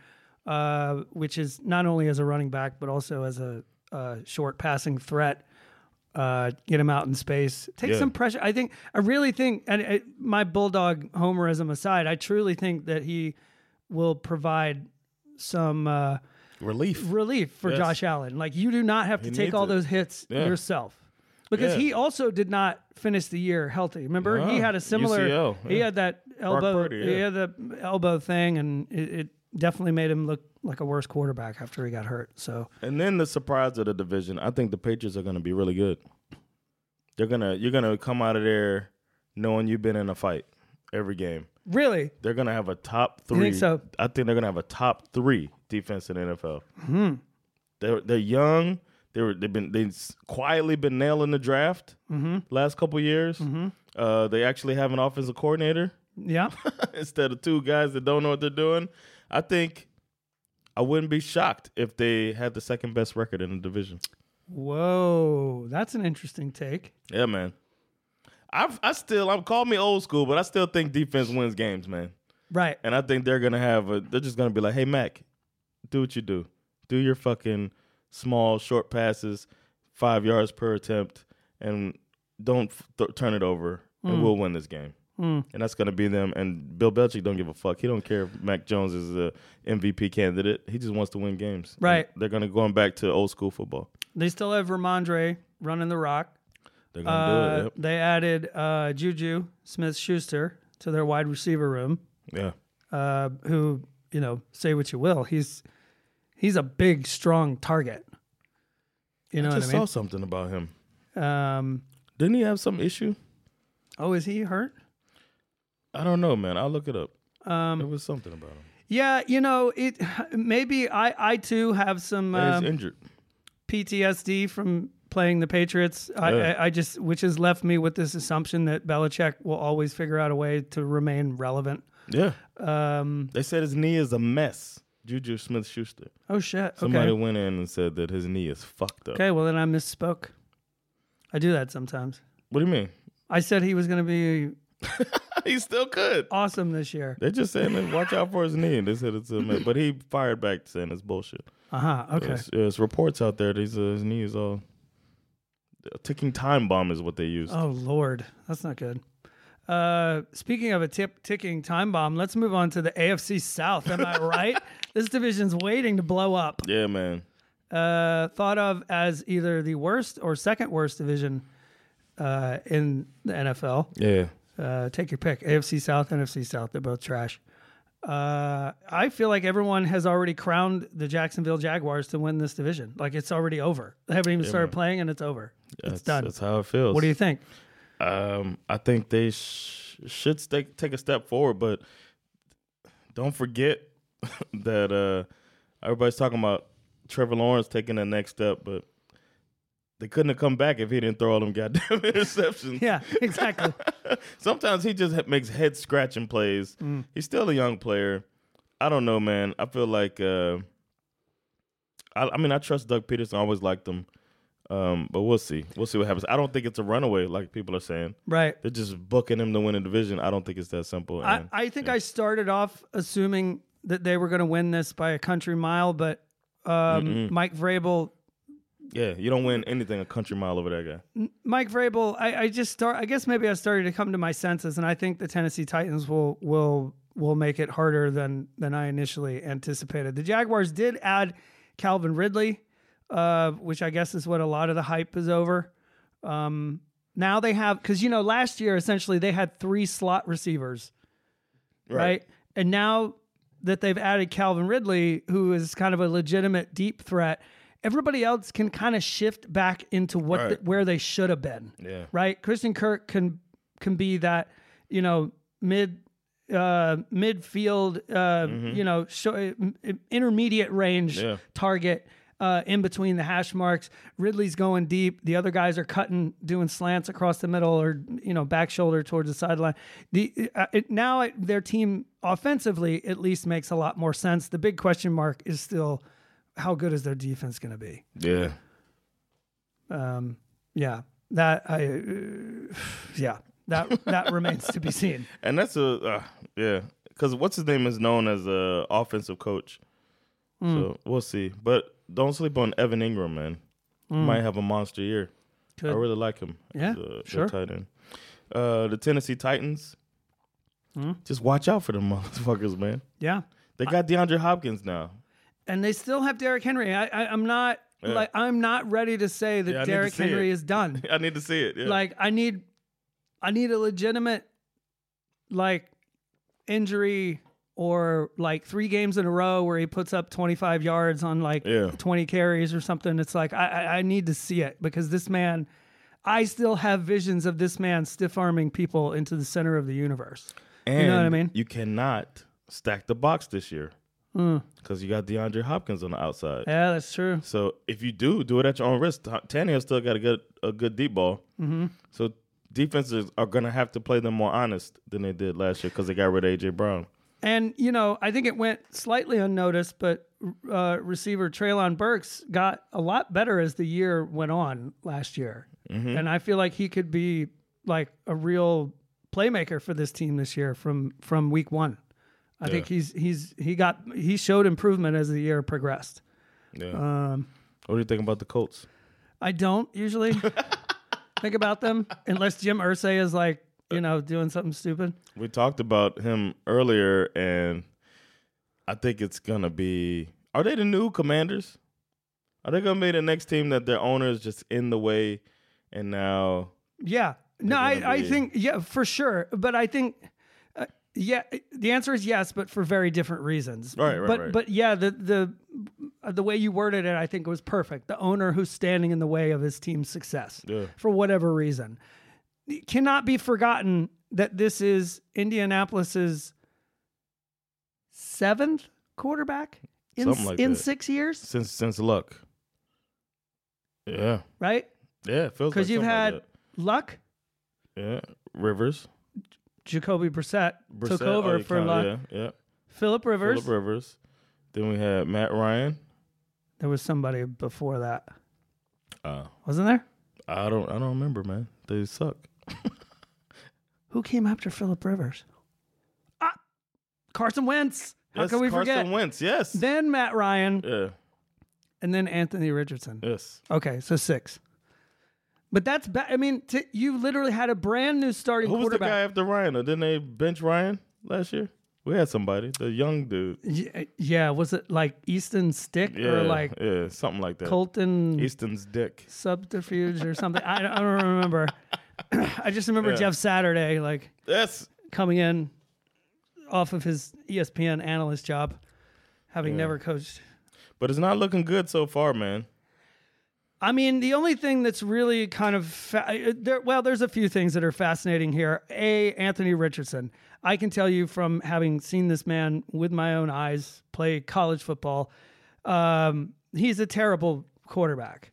uh, which is not only as a running back but also as a, uh short passing threat. Uh, get him out in space. Take
Yeah.
some pressure. I think. I really think. And uh, my bulldog homerism aside, I truly think that he will provide some uh,
relief.
relief for
Yes.
Josh Allen. Like you do not have to take
needs
all
it.
those hits
Yeah.
yourself. Because
Yeah.
he also did not finish the year healthy. Remember, he
No.
had a similar.
UCL,
He
yeah.
had that elbow.
Purdy,
He
yeah.
had the elbow thing, and it, it definitely made him look like a worse quarterback after he got hurt. So
And then the surprise of the division. I think the Patriots are gonna be really good. They're gonna you're gonna come out of there knowing you've been in a fight every game.
really,
They're gonna have a top
You
three.
think so?
I think they're gonna have a top three defense in the NFL.
Hmm.
They're they're young. They were they've been they s- quietly been nailing the draft
Mm-hmm.
last couple years. Uh, they actually have an offensive coordinator.
yeah,
instead of two guys that don't know what they're doing. I think I wouldn't be shocked if they had the second best record in the division.
whoa, that's an interesting take.
Yeah, man. I've, I still I'm call me old school, but I still think defense wins games, man.
Right,
And I think they're gonna have a they're just gonna be like, hey Mac, do what you do. Do your fucking small short passes, five yards per attempt, and don't f- th- turn it over, and
Mm.
we'll win this game. And that's gonna be them. And Bill Belichick don't give a fuck. He don't care if Mac Jones is a MVP candidate. He just wants to win games. And
Right.
they're gonna going back to old school football.
they still have Ramondre running the rock.
They're
Uh,
gonna do it. Yep.
They added uh, Juju Smith Schuster to their wide receiver room,
Yeah.
uh, who you know say what you will, he's he's a big, strong target. You know
I
what
just
I
saw
mean?
something about him.
Um,
Didn't he have some issue?
oh, is he hurt?
I don't know, man. I'll look it up. Um, it was something about him.
Yeah, you know it. Maybe I I too have some.
He's
um,
injured.
PTSD from playing the Patriots. I,
Yeah.
I, I just, which has left me with this assumption that Belichick will always figure out a way to remain relevant.
Yeah. Um, they said his knee is a mess. Juju Smith Schuster.
Oh shit.
Somebody
okay.
went in and said that his knee is fucked up.
Okay. Well, then I misspoke. I do that sometimes.
What do you mean?
I said he was going to be
he still could.
awesome this year.
They're just saying, that, watch out for his knee. They said it's a mess. But he fired back saying it's bullshit.
Uh huh. Okay.
There's, there's reports out there that he's, uh, his knee is all. A ticking time bomb is what they use.
Oh lord, that's not good. Uh, speaking of a tip ticking time bomb, let's move on to the AFC South. Am I right? this division's waiting to blow up.
Yeah, man.
uh, thought of as either the worst or second worst division uh, in the NFL.
Yeah.
Uh, take your pick: AFC South, NFC South. They're both trash. Uh, I feel like everyone has already crowned the Jacksonville Jaguars to win this division. Like it's already over. They haven't even started playing, and it's over.
That's,
it's done.
That's how it feels.
what do you think?
Um, I think they sh- should st- take a step forward, but don't forget that uh, everybody's talking about Trevor Lawrence taking the next step, but they couldn't have come back if he didn't throw all them goddamn interceptions.
Yeah, exactly.
Sometimes he just ha- makes head scratching plays. He's still a young player. I don't know, man. I feel like uh, I, I mean I trust Doug Peterson. I always liked him, um, but we'll see. We'll see what happens. I don't think it's a runaway like people are saying.
right.
They're just booking him to win a division. I don't think it's that simple.
I,
and-
I think I started off assuming that they were going to win this by a country mile, but um, Mike Vrabel
yeah, you don't win anything a country mile over that guy.
Mike Vrabel, I, I just start. I guess maybe I started to come to my senses, and I think the Tennessee Titans will will will make it harder than than I initially anticipated. The Jaguars did add Calvin Ridley, uh, which I guess is what a lot of the hype is over. Um, now they have because you know last year essentially they had three slot receivers, right? And now that they've added Calvin Ridley, who is kind of a legitimate deep threat. Everybody else can kind of shift back into what the,
Right.
where they should have been
Yeah.
right? Christian Kirk can can be that, you know, mid uh midfield uh you know sh- intermediate range
Yeah.
target uh in between the hash marks ridley's going deep the other guys are cutting doing slants across the middle or you know back shoulder towards the sideline the uh, it, now it, their team offensively at least makes a lot more sense the big question mark is still how good is their defense going to be
Yeah.
um, yeah, that I, uh, yeah, that that remains to be seen.
And that's a uh, yeah, because what's his name is known as a offensive coach.
Hmm.
So we'll see. But don't sleep on Evan Ingram, man. He Might have a monster year. I
Hmm. Could.
really like him.
Yeah,
as a- their
sure.
Tight end. Uh, the Tennessee Titans.
Hmm.
Just watch out for them motherfuckers, man.
Yeah,
They got DeAndre Hopkins now.
and they still have Derrick Henry. I, I I'm not
Yeah.
like I'm not ready to say that
Yeah, I need to
Derrick
see
Henry
it.
is done.
I need to see it. Yeah.
Like I need, I need a legitimate, like, injury or like three games in a row where he puts up 25 yards on like
Yeah.
20 carries or something. It's like I, I I need to see it because this man. I still have visions of this man stiff arming people into the center of the universe.
And
You know what I mean?
You cannot stack the box this year
Mm.
because you got DeAndre Hopkins on the outside.
Yeah, that's true.
So if you do, do it at your own risk. Ta- Tannehill still got a good a good deep ball. Mm-hmm. So defenses are gonna have to play them more honest than they did last year because they got rid of AJ Brown.
And you know, I think it went slightly unnoticed, but uh, receiver Traylon Burks got a lot better as the year went on last year, and I feel like he could be like a real playmaker for this team this year from from week one. I think he's he's he got he showed improvement as the year progressed.
Yeah. what do you think about the Colts?
I don't usually think about them unless Jim Ursay is like you know doing something stupid.
We talked about him earlier, and I think it's gonna be. Are they the new Commanders? Are they gonna be the next team that their owner is just in the way, and now
Yeah. No,
gonna
I, I
be-
think yeah for sure, but I think uh, Yeah, the answer is yes, but for very different reasons.
Right, right,
But
right.
but yeah, the the uh, the way you worded it, I think was perfect. The owner who's standing in the way of his team's success for whatever reason. It cannot be forgotten that this is Indianapolis's seventh quarterback in
Something
s-
like
in
that.
6 years,
since since luck. Yeah,
right?
yeah, it feels
Cuz
like
you've
something
had
like
Luck,
that. yeah Rivers
Jacoby Brissett,
Brissett,
took over
oh, you
for
kinda-
Luck.
Yeah, yeah.
Philip Rivers.
Phillip Rivers. Then we had Matt Ryan.
There was somebody before that.
Uh,
Wasn't there?
I don't I don't remember, man. They suck.
Who came after Philip Rivers? Ah, Carson Wentz. How
Yes,
can we
Carson
forget?
Wentz? Yes.
Then Matt Ryan,
yeah.
and then Anthony Richardson.
Yes.
Okay, so six. But that's bad. I mean, t- you literally had a brand new starting
Who was the guy
quarterback.
after Ryan? Or didn't they bench Ryan last year? We had somebody, the young dude.
Y- Yeah, was it like Easton Stick
Yeah,
or like
yeah, something like that.
Colton
Easton's dick.
Subterfuge or something? I don't, I don't remember. I just remember Jeff Saturday like
That's
coming in off of his E ESPN analyst job, having never coached
but it's not looking good so far, man.
I mean, the only thing that's really kind of fa- uh, there, well, there's a few things that are fascinating here. A Anthony Richardson. I can tell you from having seen this man with my own eyes play college football, um, he's a terrible quarterback.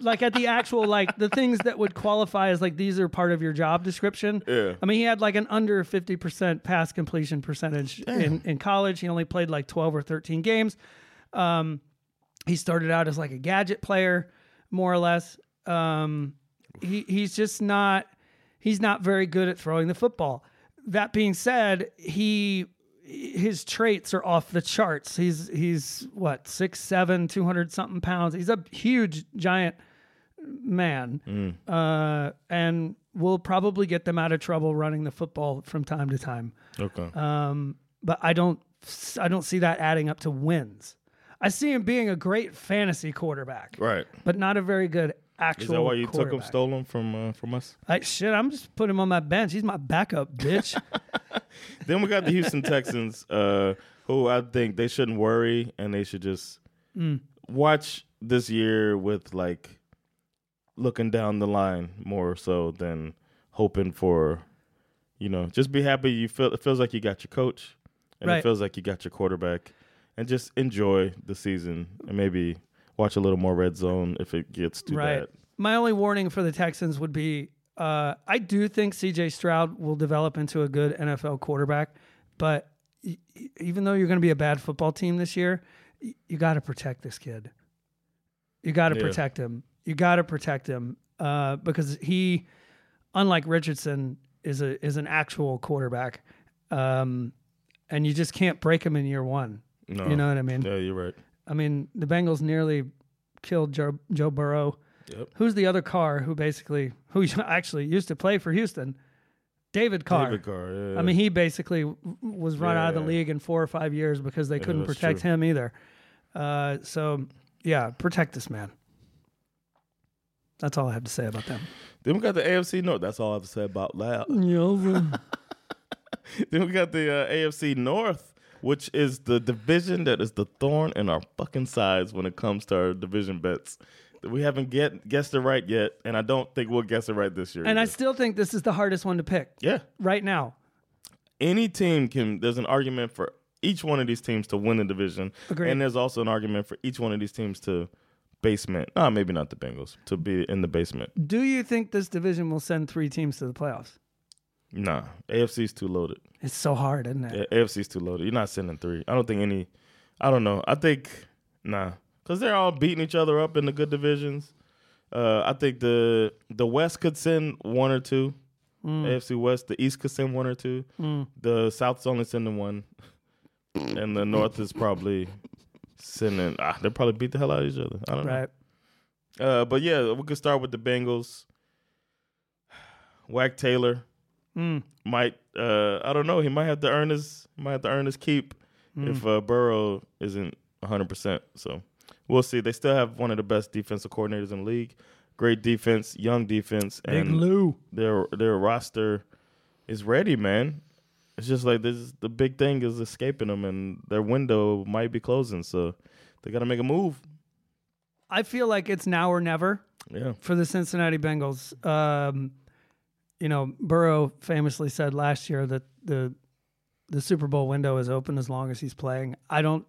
like at the actual like the things that would qualify as like these are part of your job description. Yeah. I mean, he had like an under 50% pass completion percentage in, in college. He only played like 12 or 13 games he started out as like a gadget player more or less um he he's just not he's not very good at throwing the football that being said he his traits are off the charts he's he's what six seven 200 something pounds he's a huge giant man
Mm.
uh and will probably get them out of trouble running the football from time to time Um,
Okay.
but I don't I don't see that adding up to wins. I see him being a great fantasy quarterback,
right.
but not a very good actual.
Is that why you took him,
quarterback.
stole him from uh, from us?
Like shit, I'm just putting him on my bench. He's my backup, bitch.
then we got the Houston Texans, uh, who I think they shouldn't worry and they should just
Mm.
watch this year with like looking down the line more so than hoping for, you know, just be happy. You feel it feels like you got your coach and
Right.
it feels like you got your quarterback, and just enjoy the season and maybe watch a little more red zone if it gets too bad.
My only warning for the Texans would be uh, I do think CJ Stroud will develop into a good NFL quarterback, but e- e- even though you're going to be a bad football team this year, y- you got to protect this kid. You got to
Yeah.
protect him. You got to protect him uh, because he, unlike Richardson, is a is an actual quarterback, um, and you just can't break him in year one.
No.
You know what I mean?
Yeah, you're right.
I mean, the Bengals nearly killed Joe, Joe Burrow. Who's the other Carr who basically, who actually used to play for Houston? David Carr.
David Carr, yeah.
I mean, he basically w- was run out of the league in four or five years because they couldn't
that's
protect
true.
him either. Uh, so, yeah, protect this man. That's all I have to say about them.
Then we got the AFC North. That's all I've said about that. Then we got the uh, AFC North, which is the division that is the thorn in our fucking sides when it comes to our division bets. We haven't get guessed it right yet, and I don't think we'll guess it right this year.
and I
either.
still think this is the hardest one to pick
yeah,
right now.
any team can. There's an argument for each one of these teams to win the division,
Agreed.
and there's also an argument for each one of these teams to basement. Ah, maybe not the Bengals to be in the basement.
Do you think this division will send three teams to the playoffs?
Nah, AFC's too loaded.
It's so hard, isn't it?
Yeah, AFC's too loaded. You're not sending three. I don't think any. I don't know. I think nah, because they're all beating each other up in the good divisions. Uh, I think the the West could send one or two. AFC West. The East could send one or two. The South's only sending one, and the North is probably sending. Ah, they probably beat the hell out of each other. I don't know.
Right.
Uh, but yeah, we could start with the Bengals. Wack Taylor might. Uh, I don't know. He might have to earn his. Might have to earn his keep if uh, Burrow isn't 100. percent So we'll see. They still have one of the best defensive coordinators in the league. Great defense, young defense,
Big
and
Lou.
their their roster is ready, man. It's just like this. The big thing is escaping them, and their window might be closing, so they got to make a move.
I feel like it's now or never
Yeah,
for the Cincinnati Bengals. Um, you know, Burrow famously said last year that the the Super Bowl window is open as long as he's playing. I don't.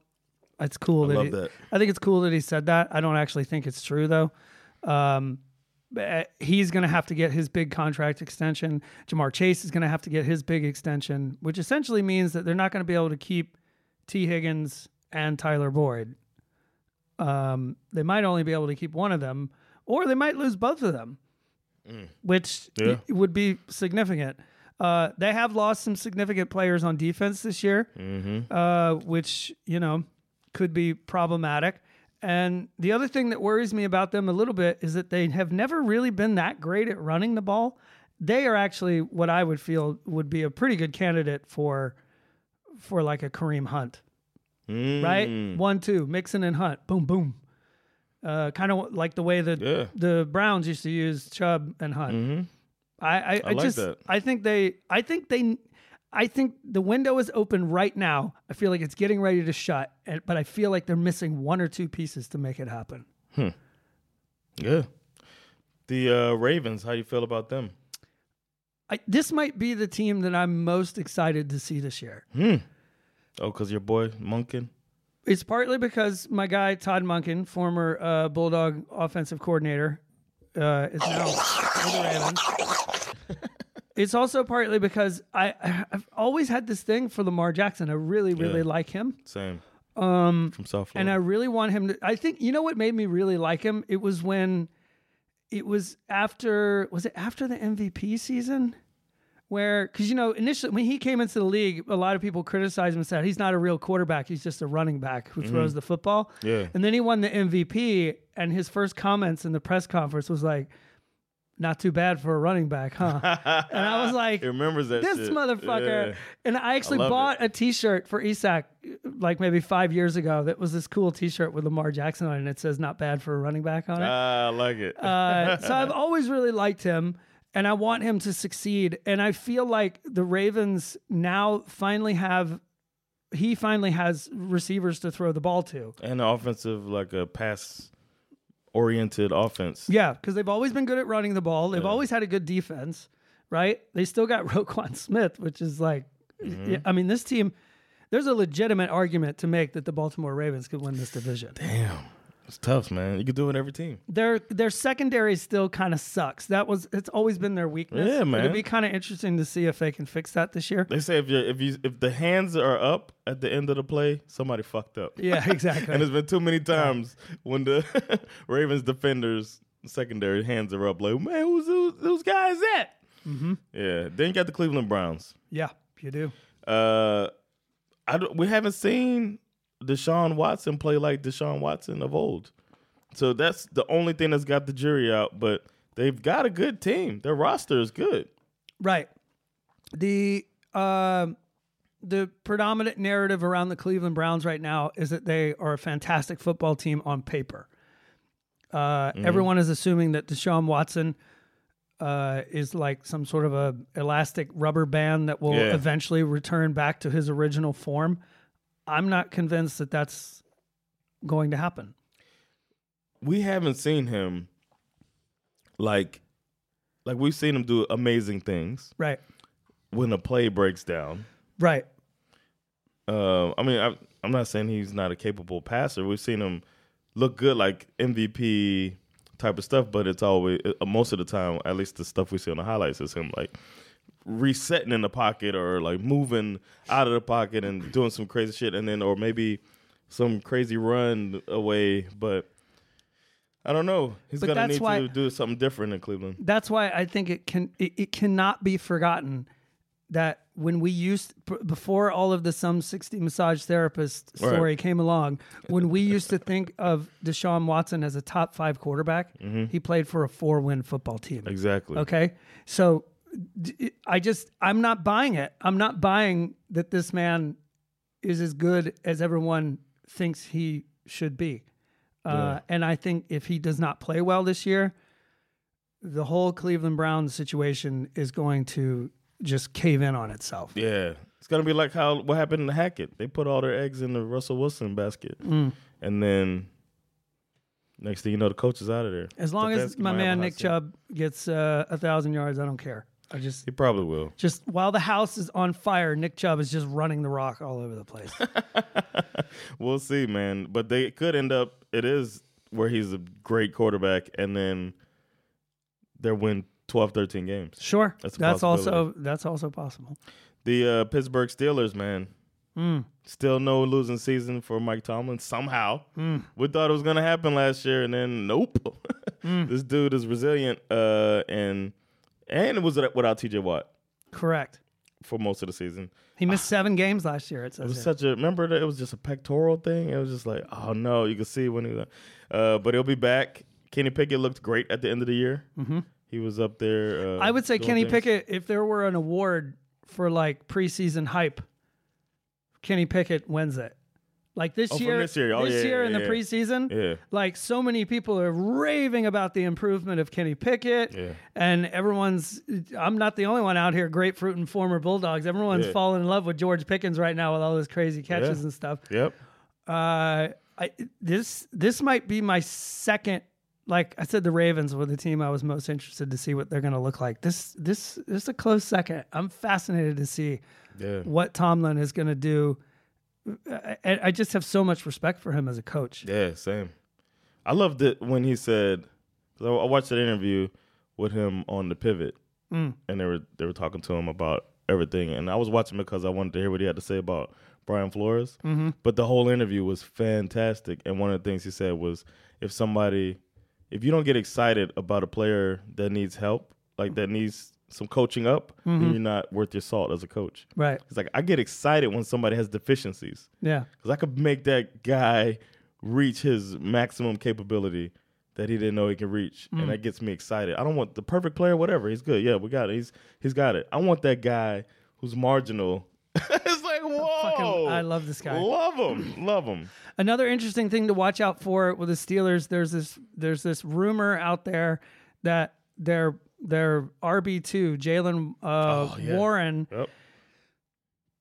It's cool that,
love
he-
that.
I think it's cool that he said that. I don't actually think it's true though. Um, but, uh, he's going to have to get his big contract extension. Jamar Chase is going to have to get his big extension, which essentially means that they're not going to be able to keep T. Higgins and Tyler Boyd. Um, they might only be able to keep one of them, or they might lose both of them, which
Yeah.
i- would be significant. Uh, they have lost some significant players on defense this year, uh, which you know could be problematic. And the other thing that worries me about them a little bit is that they have never really been that great at running the ball. They are actually what I would feel would be a pretty good candidate for for like a Kareem Hunt, right? One, two, Mixon and Hunt, boom, boom. Uh, kind of like the way that
Yeah.
the Browns used to use Chubb and Hunt. I, I, I,
like
just
that.
I think they I think they I think the window is open right now. I feel like it's getting ready to shut, and, but I feel like they're missing one or two pieces to make it happen.
yeah. The uh, Ravens. How you feel about them?
I, this might be the team that I'm most excited to see this year.
Oh, cause your boy Munkin.
It's partly because my guy Todd Munkin, former uh, Bulldog offensive coordinator, uh, is now with the Ravens. It's also partly because I I've always had this thing for Lamar Jackson. I really really
Yeah.
like him.
Same. Um, from South Florida.
and I really want him to. I think you know what made me really like him. It was when, it was after was it after the MVP season, where because you know initially when he came into the league, a lot of people criticized him and said he's not a real quarterback. He's just a running back who throws the football.
Yeah.
And then he won the MVP, and his first comments in the press conference was like, "Not too bad for a running back, huh?" and I was like,
He remembers that.
this
shit.
motherfucker.
Yeah.
And I actually
love
bought a T-shirt for Isak like maybe five years ago. That was this cool T-shirt with Lamar Jackson on it, and it says "Not bad for a running back" on it.
Ah, I like it.
Uh, so I've always really liked him, and I want him to succeed. And I feel like the Ravens now finally have. He finally has receivers to throw the ball to.
and the offensive, like a pass-oriented offense.
Yeah, because they've always been good at running the ball. They've always had a good defense, right? They still got Roquan Smith, which is like,
Mm-hmm.
yeah, I mean, this team. There's a legitimate argument to make that the Baltimore Ravens could win this division.
It's tough, man. You can do it in every team.
Their their secondary still kind of sucks. That was it's always been their weakness.
Yeah, man.
It'd be kind of interesting to see if they can fix that this year.
They say if you if you if the hands are up at the end of the play, somebody fucked up.
Yeah, exactly.
And there's been too many times when the Ravens defenders secondary hands are up, like, man, who's who's, who's guy is that? Mm-hmm. Yeah. Then you got the Cleveland Browns.
yeah, you do.
Uh, I don't, we haven't seen Deshaun Watson play like Deshaun Watson of old. So that's the only thing that's got the jury out. But they've got a good team. Their roster is good.
Right. The um the predominant narrative around the Cleveland Browns right now is that they are a fantastic football team on paper. Uh, Everyone is assuming that Deshaun Watson uh, is like some sort of a elastic rubber band that will
Yeah.
eventually return back to his original form. I'm not convinced that that's going to happen.
we haven't seen him like like we've seen him do amazing things
Right.
when a play breaks down.
Right.
Uh, I mean, I, I'm not saying he's not a capable passer. We've seen him look good, like MVP type of stuff, but it's always uh, most of the time, at least the stuff we see on the highlights is him like resetting in the pocket or like moving out of the pocket and doing some crazy shit, and then or maybe some crazy run away, but. I don't know. He's
But
gonna
that's
need
why-
to do something different in Cleveland.
that's why I think it can it, it cannot be forgotten that when we used b- before all of the some 60 massage therapist story
Right.
came along when we used to think of Deshaun Watson as a top 5 quarterback he played for a 4 win football team
Exactly.
okay so d- I just I'm not buying it I'm not buying that this man is as good as everyone thinks he should be uh, and I think if he does not play well this year, the whole Cleveland Browns situation is going to just cave in on itself.
Yeah. It's gonna be like how what happened to Hackett. They put all their eggs in the Russell Wilson basket,
Mm.
and then next thing you know, the coach is out of there.
As long as
Stefanski
my
might have
man
a hot
Nick
seat.
Chubb gets uh, a thousand yards, I don't care. I just
he probably will.
just while the house is on fire, Nick Chubb is just running the rock all over the place.
We'll see, man. But they could end up. It is where he's a great quarterback, and then they win 12, 13 games.
Sure,
That's
that's,
a
also
possibility.
that's also possible.
The uh, Pittsburgh Steelers, man.
Hmm.
Still no losing season for Mike Tomlin somehow.
Hmm.
We thought it was going to happen last year, and then nope.
Hmm.
This dude is resilient, uh, and and it was without T.J. Watt
Correct.
for most of the season.
He missed seven games last year. It
Ah. It was
says. here.
such a remember that it was just a pectoral thing. It was just like oh no, you could see when he was. Uh, but he'll be back. Kenny Pickett looked great at the end of the year. Mm-hmm. He was up there. Uh,
I would say
doing
Kenny
things.
Pickett. If there were an award for like preseason hype, Kenny Pickett wins it. Like this
Oh, from
year,
this year. Oh, yeah,
year
yeah,
in
yeah.
the preseason,
Yeah.
like so many people are raving about the improvement of Kenny Pickett,
Yeah.
and everyone's. I'm not the only one out here grapefruit and former Bulldogs. Everyone's
Yeah.
falling in love with George Pickens right now with all those crazy catches
Yeah.
and stuff.
Yep.
Uh, I this this might be my second. Like I said, the Ravens were the team I was most interested to see what they're going to look like. This this this is a close second. I'm fascinated to see
Yeah.
what Tomlin is going to do. I, I- I just have so much respect for him as a coach.
Yeah, same. I loved it when he said, 'cause I I watched that interview with him on the pivot, and they were they were talking to him about everything, and I was watching because I wanted to hear what he had to say about Brian Flores. Mm-hmm. But the whole interview was fantastic, and one of the things he said was, if somebody, if you don't get excited about a player that needs help, like that needs some coaching up, then you're not worth your salt as a coach.
Right.
He's like, I get excited when somebody has deficiencies
Yeah.
because I could make that guy reach his maximum capability that he didn't know he could reach,
Mm.
and that gets me excited. I don't want the perfect player, whatever. He's good. Yeah, we got it. He's he's got it. I want that guy who's marginal. it's like whoa,
I love this guy.
Love him, love him.
Another interesting thing to watch out for with the Steelers, there's this there's this rumor out there that their their RB two Jalen uh,
Oh, yeah.
Warren
Yep.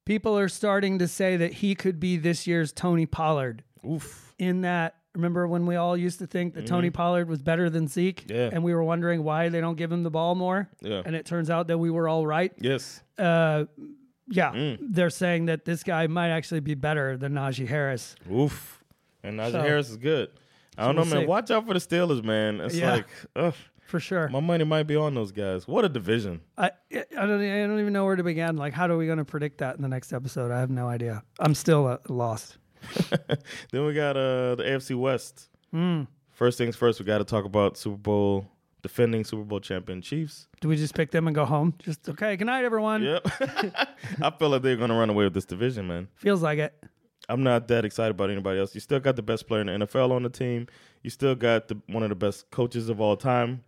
people are starting to say that he could be this year's Tony Pollard.
Oof.
In that, remember when we all used to think that Tony Pollard was better than Zeke,
Mm-hmm. Yeah.
and we were wondering why they don't give him the ball more,
Yeah.
and it turns out that we were all right.
Yes.
Uh, yeah,
Mm.
they're saying that this guy might actually be better than Najee Harris.
Oof. And Najee
So-
Harris is good. I don't
we'll
know, man.
see.
Watch out for the Steelers, man. It's
Yeah.
like, ugh,
For sure,
my money might be on those guys. What a division.
I I don't I don't even know where to begin. Like, how are we going to predict that in the next episode? I have no idea. I'm still uh, lost.
Then we got uh the AFC West. First things first, we got to talk about Super Bowl defending Super Bowl champion Chiefs.
Do we just pick them and go home? Just okay. Good night, everyone.
Yep, I feel like they're gonna run away with this division, man.
Feels like it.
I'm not that excited about anybody else. You still got the best player in the NFL on the team. You still got the, one of the best coaches of all time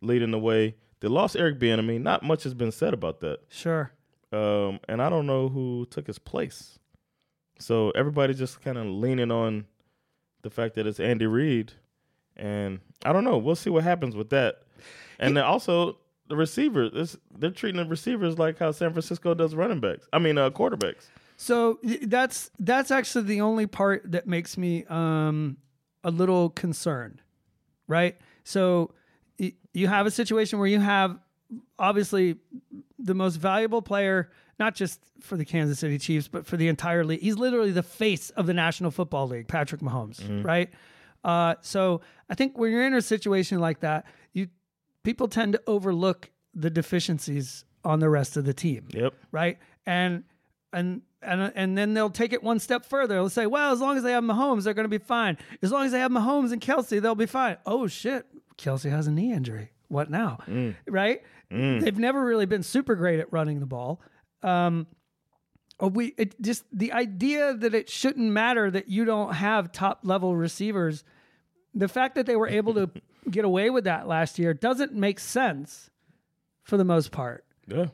leading the way. They lost Eric Bieniemy. Not much has been said about that,
Sure.
um, and I don't know who took his place. So everybody's just kind of leaning on the fact that it's Andy Reid, and I don't know. We'll see what happens with that. And then also the receivers, this, they're treating the receivers like how San Francisco does running backs. I mean, uh, quarterbacks.
So y- that's that's actually the only part that makes me um, a little concerned, right? So y- you have a situation where you have obviously the most valuable player, not just for the Kansas City Chiefs, but for the entire league. He's literally the face of the National Football League, Patrick Mahomes, right? Uh, so I think when you're in a situation like that, you people tend to overlook the deficiencies on the rest of the team
Yep.
right? And and and and then they'll take it one step further. They'll say, "Well, as long as they have Mahomes, they're going to be fine. As long as they have Mahomes and Kelsey, they'll be fine." Oh shit, Kelsey has a knee injury. What now? Right? They've never really been super great at running the ball. Um, uh, we it just the idea that it shouldn't matter that you don't have top level receivers. The fact that they were able to get away with that last year doesn't make sense for the most part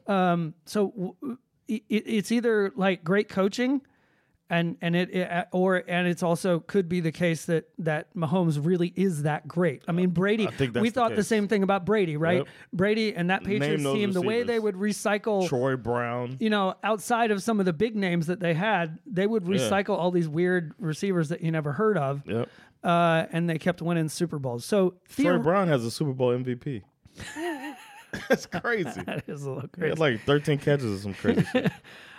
Um,
Yeah.
so w- it, it's either like great coaching and and it, it or and it's also could be the case that that Mahomes really is that great. I mean Brady.
think that's
we
the
thought the
case.
same thing about Brady, right?
Yep.
Brady and that Patriots
those
team, the way they
receivers.
would recycle
Troy Brown.
you know, outside of some of the big names that they had, they would recycle all these weird receivers that you never heard of,
Yep.
uh, and they kept winning Super Bowls. So
Troy
theor-
Brown has a Super Bowl MVP. That's crazy.
that is a little
He
crazy.
had like 13 catches or some crazy shit.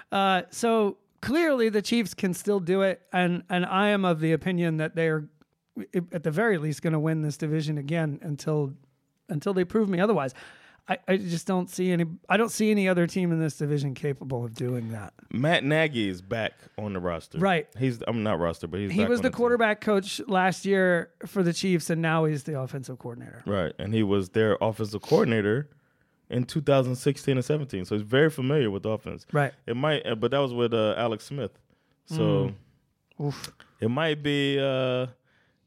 Uh, so clearly, the Chiefs can still do it, and and I am of the opinion that they are, at the very least, going to win this division again until until they prove me otherwise. I, I just don't see any. I don't see any other team in this division capable of doing that.
Matt Nagy is back on the roster.
Right.
He's I'm not roster, but he's
He
back
was
on
the
team.
quarterback coach last year for the Chiefs, and now he's the offensive coordinator.
Right, and he was their offensive coordinator in 2016 and 17, so he's very familiar with offense.
Right.
It might, uh, but that was with uh, Alex Smith, so
Mm.
it might be uh,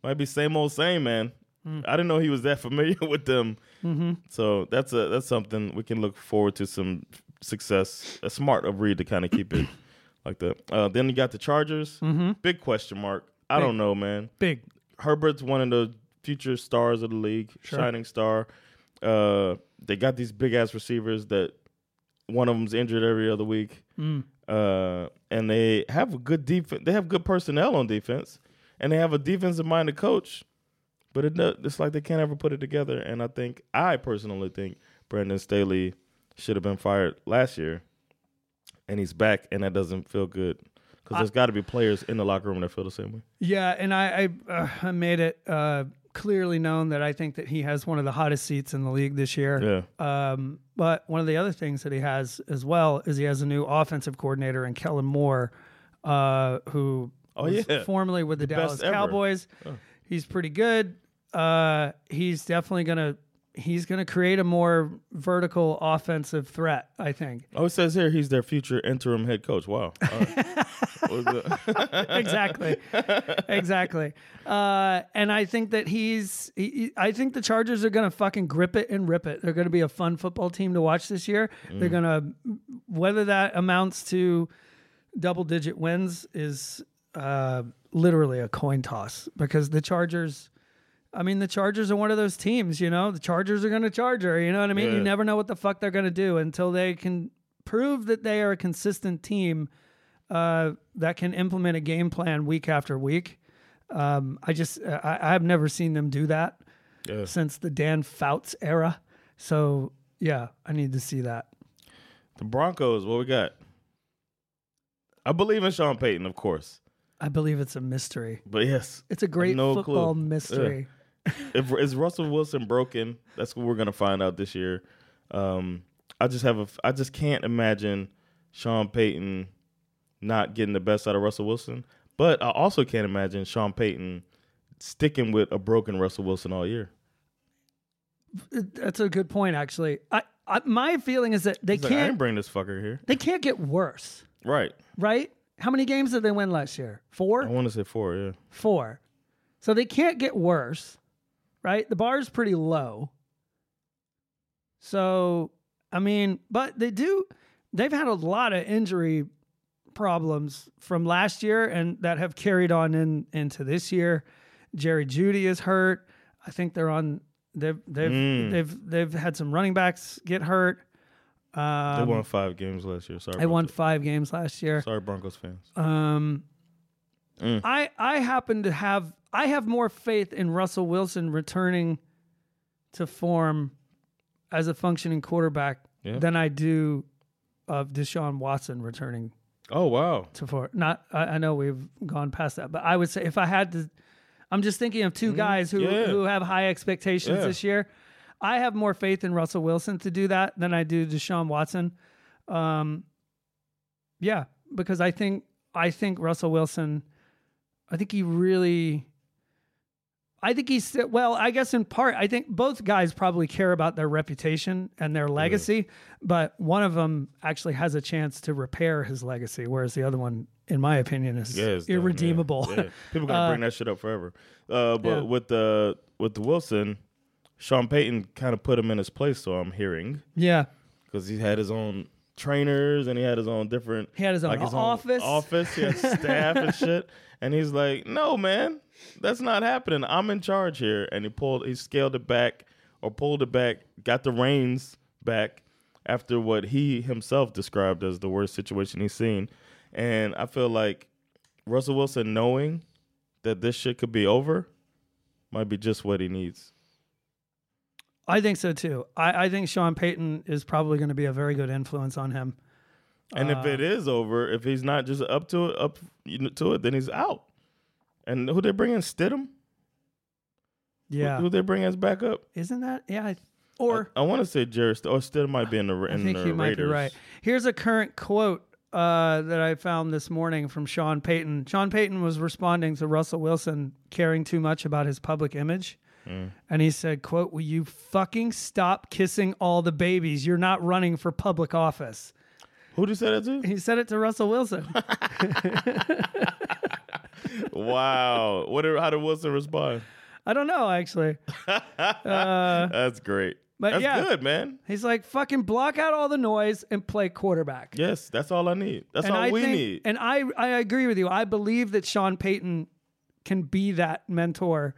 might be same old same man.
Mm.
I didn't know he was that familiar with them.
Mm-hmm.
So that's a that's something we can look forward to some success. A smart of Reed to kind of keep it like that. Uh, then you got the Chargers. Big question mark. I don't know, man.
Mm-hmm. Big.
Herbert's one of the future stars of the league, shining star. Uh, they got these big ass receivers that one of them's injured every other week, uh, and they have a good defense. They have good personnel on defense, and they have a defensive minded coach. But it, do- it's like they can't ever put it together. And I think I personally think Brandon Staley should have been fired last year, and he's back, and that doesn't feel good because there's got to be players in the locker room that feel the same way.
Yeah, and I I, uh, I made it uh, clearly known that I think that he has one of the hottest seats in the league this year.
Yeah.
Um, but one of the other things that he has as well is he has a new offensive coordinator in Kellen Moore, uh, who
Oh,
was
yeah.
formerly with the Dallas
best ever. Oh.
Cowboys. He's pretty good. Uh, he's definitely gonna he's gonna create a more vertical offensive threat. I think
Oh, it says here he's their future interim head coach. Wow. All right. What was that?
exactly, exactly. Uh, and I think that he's. He, he- I think the Chargers are going to fucking grip it and rip it. They're going to be a fun football team to watch this year. They're going to whether that amounts to double digit wins is uh, literally a coin toss because the Chargers. I mean, the Chargers are one of those teams. You know, the Chargers are going to Charger. You know what I mean? You
Yeah.
never know what the fuck they're going to do until they can prove that they are a consistent team uh, that can implement a game plan week after week. Um, I just I, I've never seen them do that
Yeah.
since the Dan Fouts era. So yeah, I need to see that.
the Broncos, what we got? I believe in Sean Payton, of course.
I believe it's a mystery.
But yes,
It's a great
no
football
clue.
mystery.
Yeah. If, is Russell Wilson broken? That's what we're going to find out this year. Um, I just have a f- I just can't imagine Sean Payton not getting the best out of Russell Wilson, but I also can't imagine Sean Payton sticking with a broken Russell Wilson all year.
That's a good point, actually. I, I my feeling is that they
He's like, I
can't
didn't bring this fucker here.
they can't get worse,
Right.
right? How many games did they win last year?
I
Four,
want to say four, yeah.
four. So they can't get worse, right? The bar is pretty low. So I mean, but they do. They've had a lot of injury problems from last year and that have carried on in into this year. Jerry Judy is hurt. I think they're on. They've they've
Mm.
they've they've had some running backs get hurt.
They
Um,
won five games last year. Sorry.
I won
Broncos.
five games last year.
Sorry, Broncos fans.
Um, I I happen to have I have more faith in Russell Wilson returning to form as a functioning quarterback
Yeah.
than I do of Deshaun Watson returning
Oh wow.
to form. Not I, I know we've gone past that, but I would say if I had to, I'm just thinking of two guys who
Mm-hmm. yeah.
who have high expectations
Yeah.
this year. I have more faith in Russell Wilson to do that than I do Deshaun Watson. Um, yeah, because I think I think Russell Wilson, I think he really, I think he's sti- well. I guess in part, I think both guys probably care about their reputation and their legacy, but one of them actually has a chance to repair his legacy, whereas the other one, in my opinion, is
Yeah, it's done, yeah.
irredeemable.
Yeah. People gonna bring that shit up forever. Uh, but
yeah.
with the with the Wilson, Sean Payton kind of put him in his place. So I'm hearing
yeah.
because he had his own trainers and he had his own different
He had his own office.
office he had staff and shit and he's like no man that's not happening i'm in charge here and he pulled he scaled it back or pulled it back got the reins back after what he himself described as the worst situation he's seen and i feel like russell wilson knowing that this shit could be over might be just what he needs
I think so too. I, I think Sean Payton is probably going to be a very good influence on him.
And if
Uh,
it is over, if he's not just up to it, up you know, to it, then he's out. And who they bring in Stidham?
Yeah,
Who, who they bring as backup?
isn't that? Yeah, I- or
I want to say Jerry St- or Stidham might be in the Ra- in
I think
the
you might
Raiders.
be right. Here's a current quote uh, that I found this morning from Sean Payton. Sean Payton was responding to Russell Wilson caring too much about his public image. And he said, quote, will you fucking stop kissing all the babies? You're not running for public office.
Who did you say that to?
He said it to Russell Wilson.
wow. What? did- How did Wilson respond?
I don't know, actually.
That's great.
but
that's
yeah.
good, man.
He's like, fucking block out all the noise and play quarterback.
Yes, that's all I need. That's all
I
we
think-
need.
And I, I agree with you. I believe that Sean Payton can be that mentor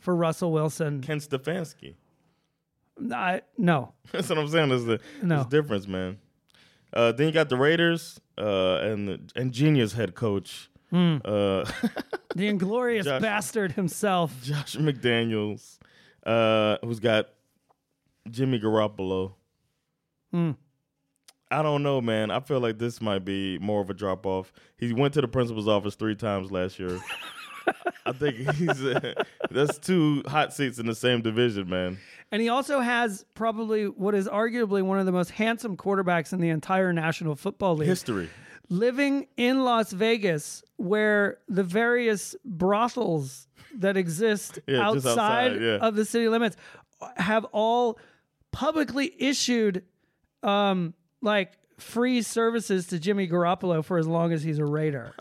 for Russell Wilson.
Ken Stefanski.
I, no.
That's what I'm saying. There's the
No.
there's difference, man. Uh, then you got the Raiders uh, and the and genius head coach uh,
The inglorious
Josh.
bastard himself.
Josh McDaniels, uh, who's got Jimmy Garoppolo. I don't know, man. I feel like this might be more of a drop off. He went to the principal's office three times last year. I think he's uh, that's two hot seats in the same division, man.
And he also has probably what is arguably one of the most handsome quarterbacks in the entire National Football League.
History.
Living in Las Vegas, where the various brothels that exist
Yeah, just
outside,
outside, yeah.
of the city limits have all publicly issued um, like free services to Jimmy Garoppolo for as long as he's a Raider.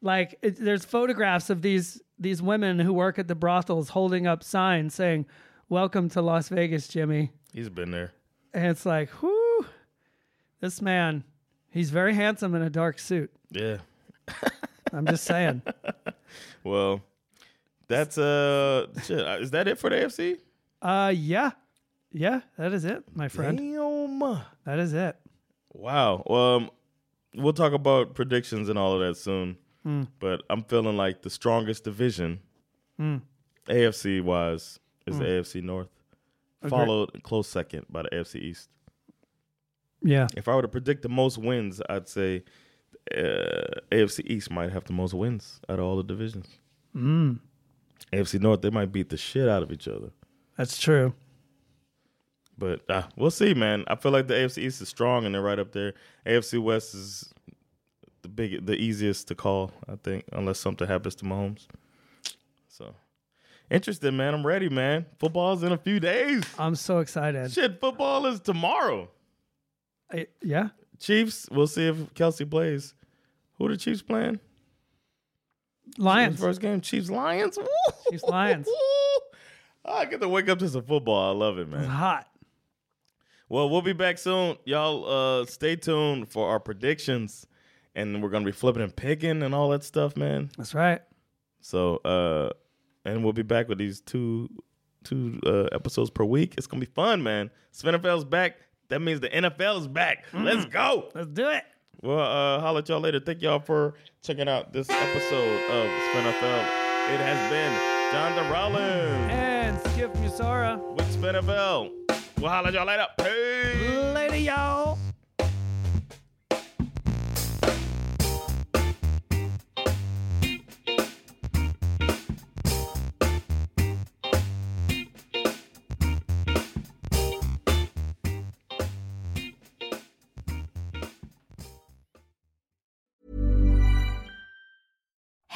like it, there's photographs of these these women who work at the brothels holding up signs saying welcome to las vegas jimmy
He's been there.
and it's like whoo this man he's very handsome in a dark suit
Yeah.
i'm just saying
Well, that's uh shit. Is that it for the AFC?
uh yeah yeah that is it my friend
Damn.
that is it
Wow. Um, we'll talk about predictions and all of that soon. But I'm feeling like the strongest division, AFC wise, is the AFC North, followed close second by the AFC East.
yeah
If I were to predict the most wins, I'd say uh, AFC East might have the most wins out of all the divisions. AFC North, they might beat the shit out of each other.
that's true
But uh, we'll see, man. I feel like the AFC East is strong and they're right up there. AFC West is the big, the easiest to call, I think, unless something happens to Mahomes. So, interested, man. I'm ready, man. Football's in a few days.
i'm so excited
Shit, football is tomorrow.
I- yeah
Chiefs. We'll see if Kelsey plays. Who the Chiefs playing?
lions
First game, Chiefs Lions. Woo!
Chiefs, Lions.
I get to wake up to some football. I love it, man.
hot
Well, we'll be back soon. Y'all uh stay tuned for our predictions and we're gonna be flipping and picking and all that stuff, man.
that's right
So uh and we'll be back with these two two uh episodes per week. It's gonna be fun, man. SvenFL's back. That means the NFL is back. Let's go.
let's do it
Well, uh holla at y'all later. Thank y'all for checking out this episode of SvenFL. It has been John the Rollins
and skip musara
with SvenFL. We'll holla at y'all later. Peace.
later y'all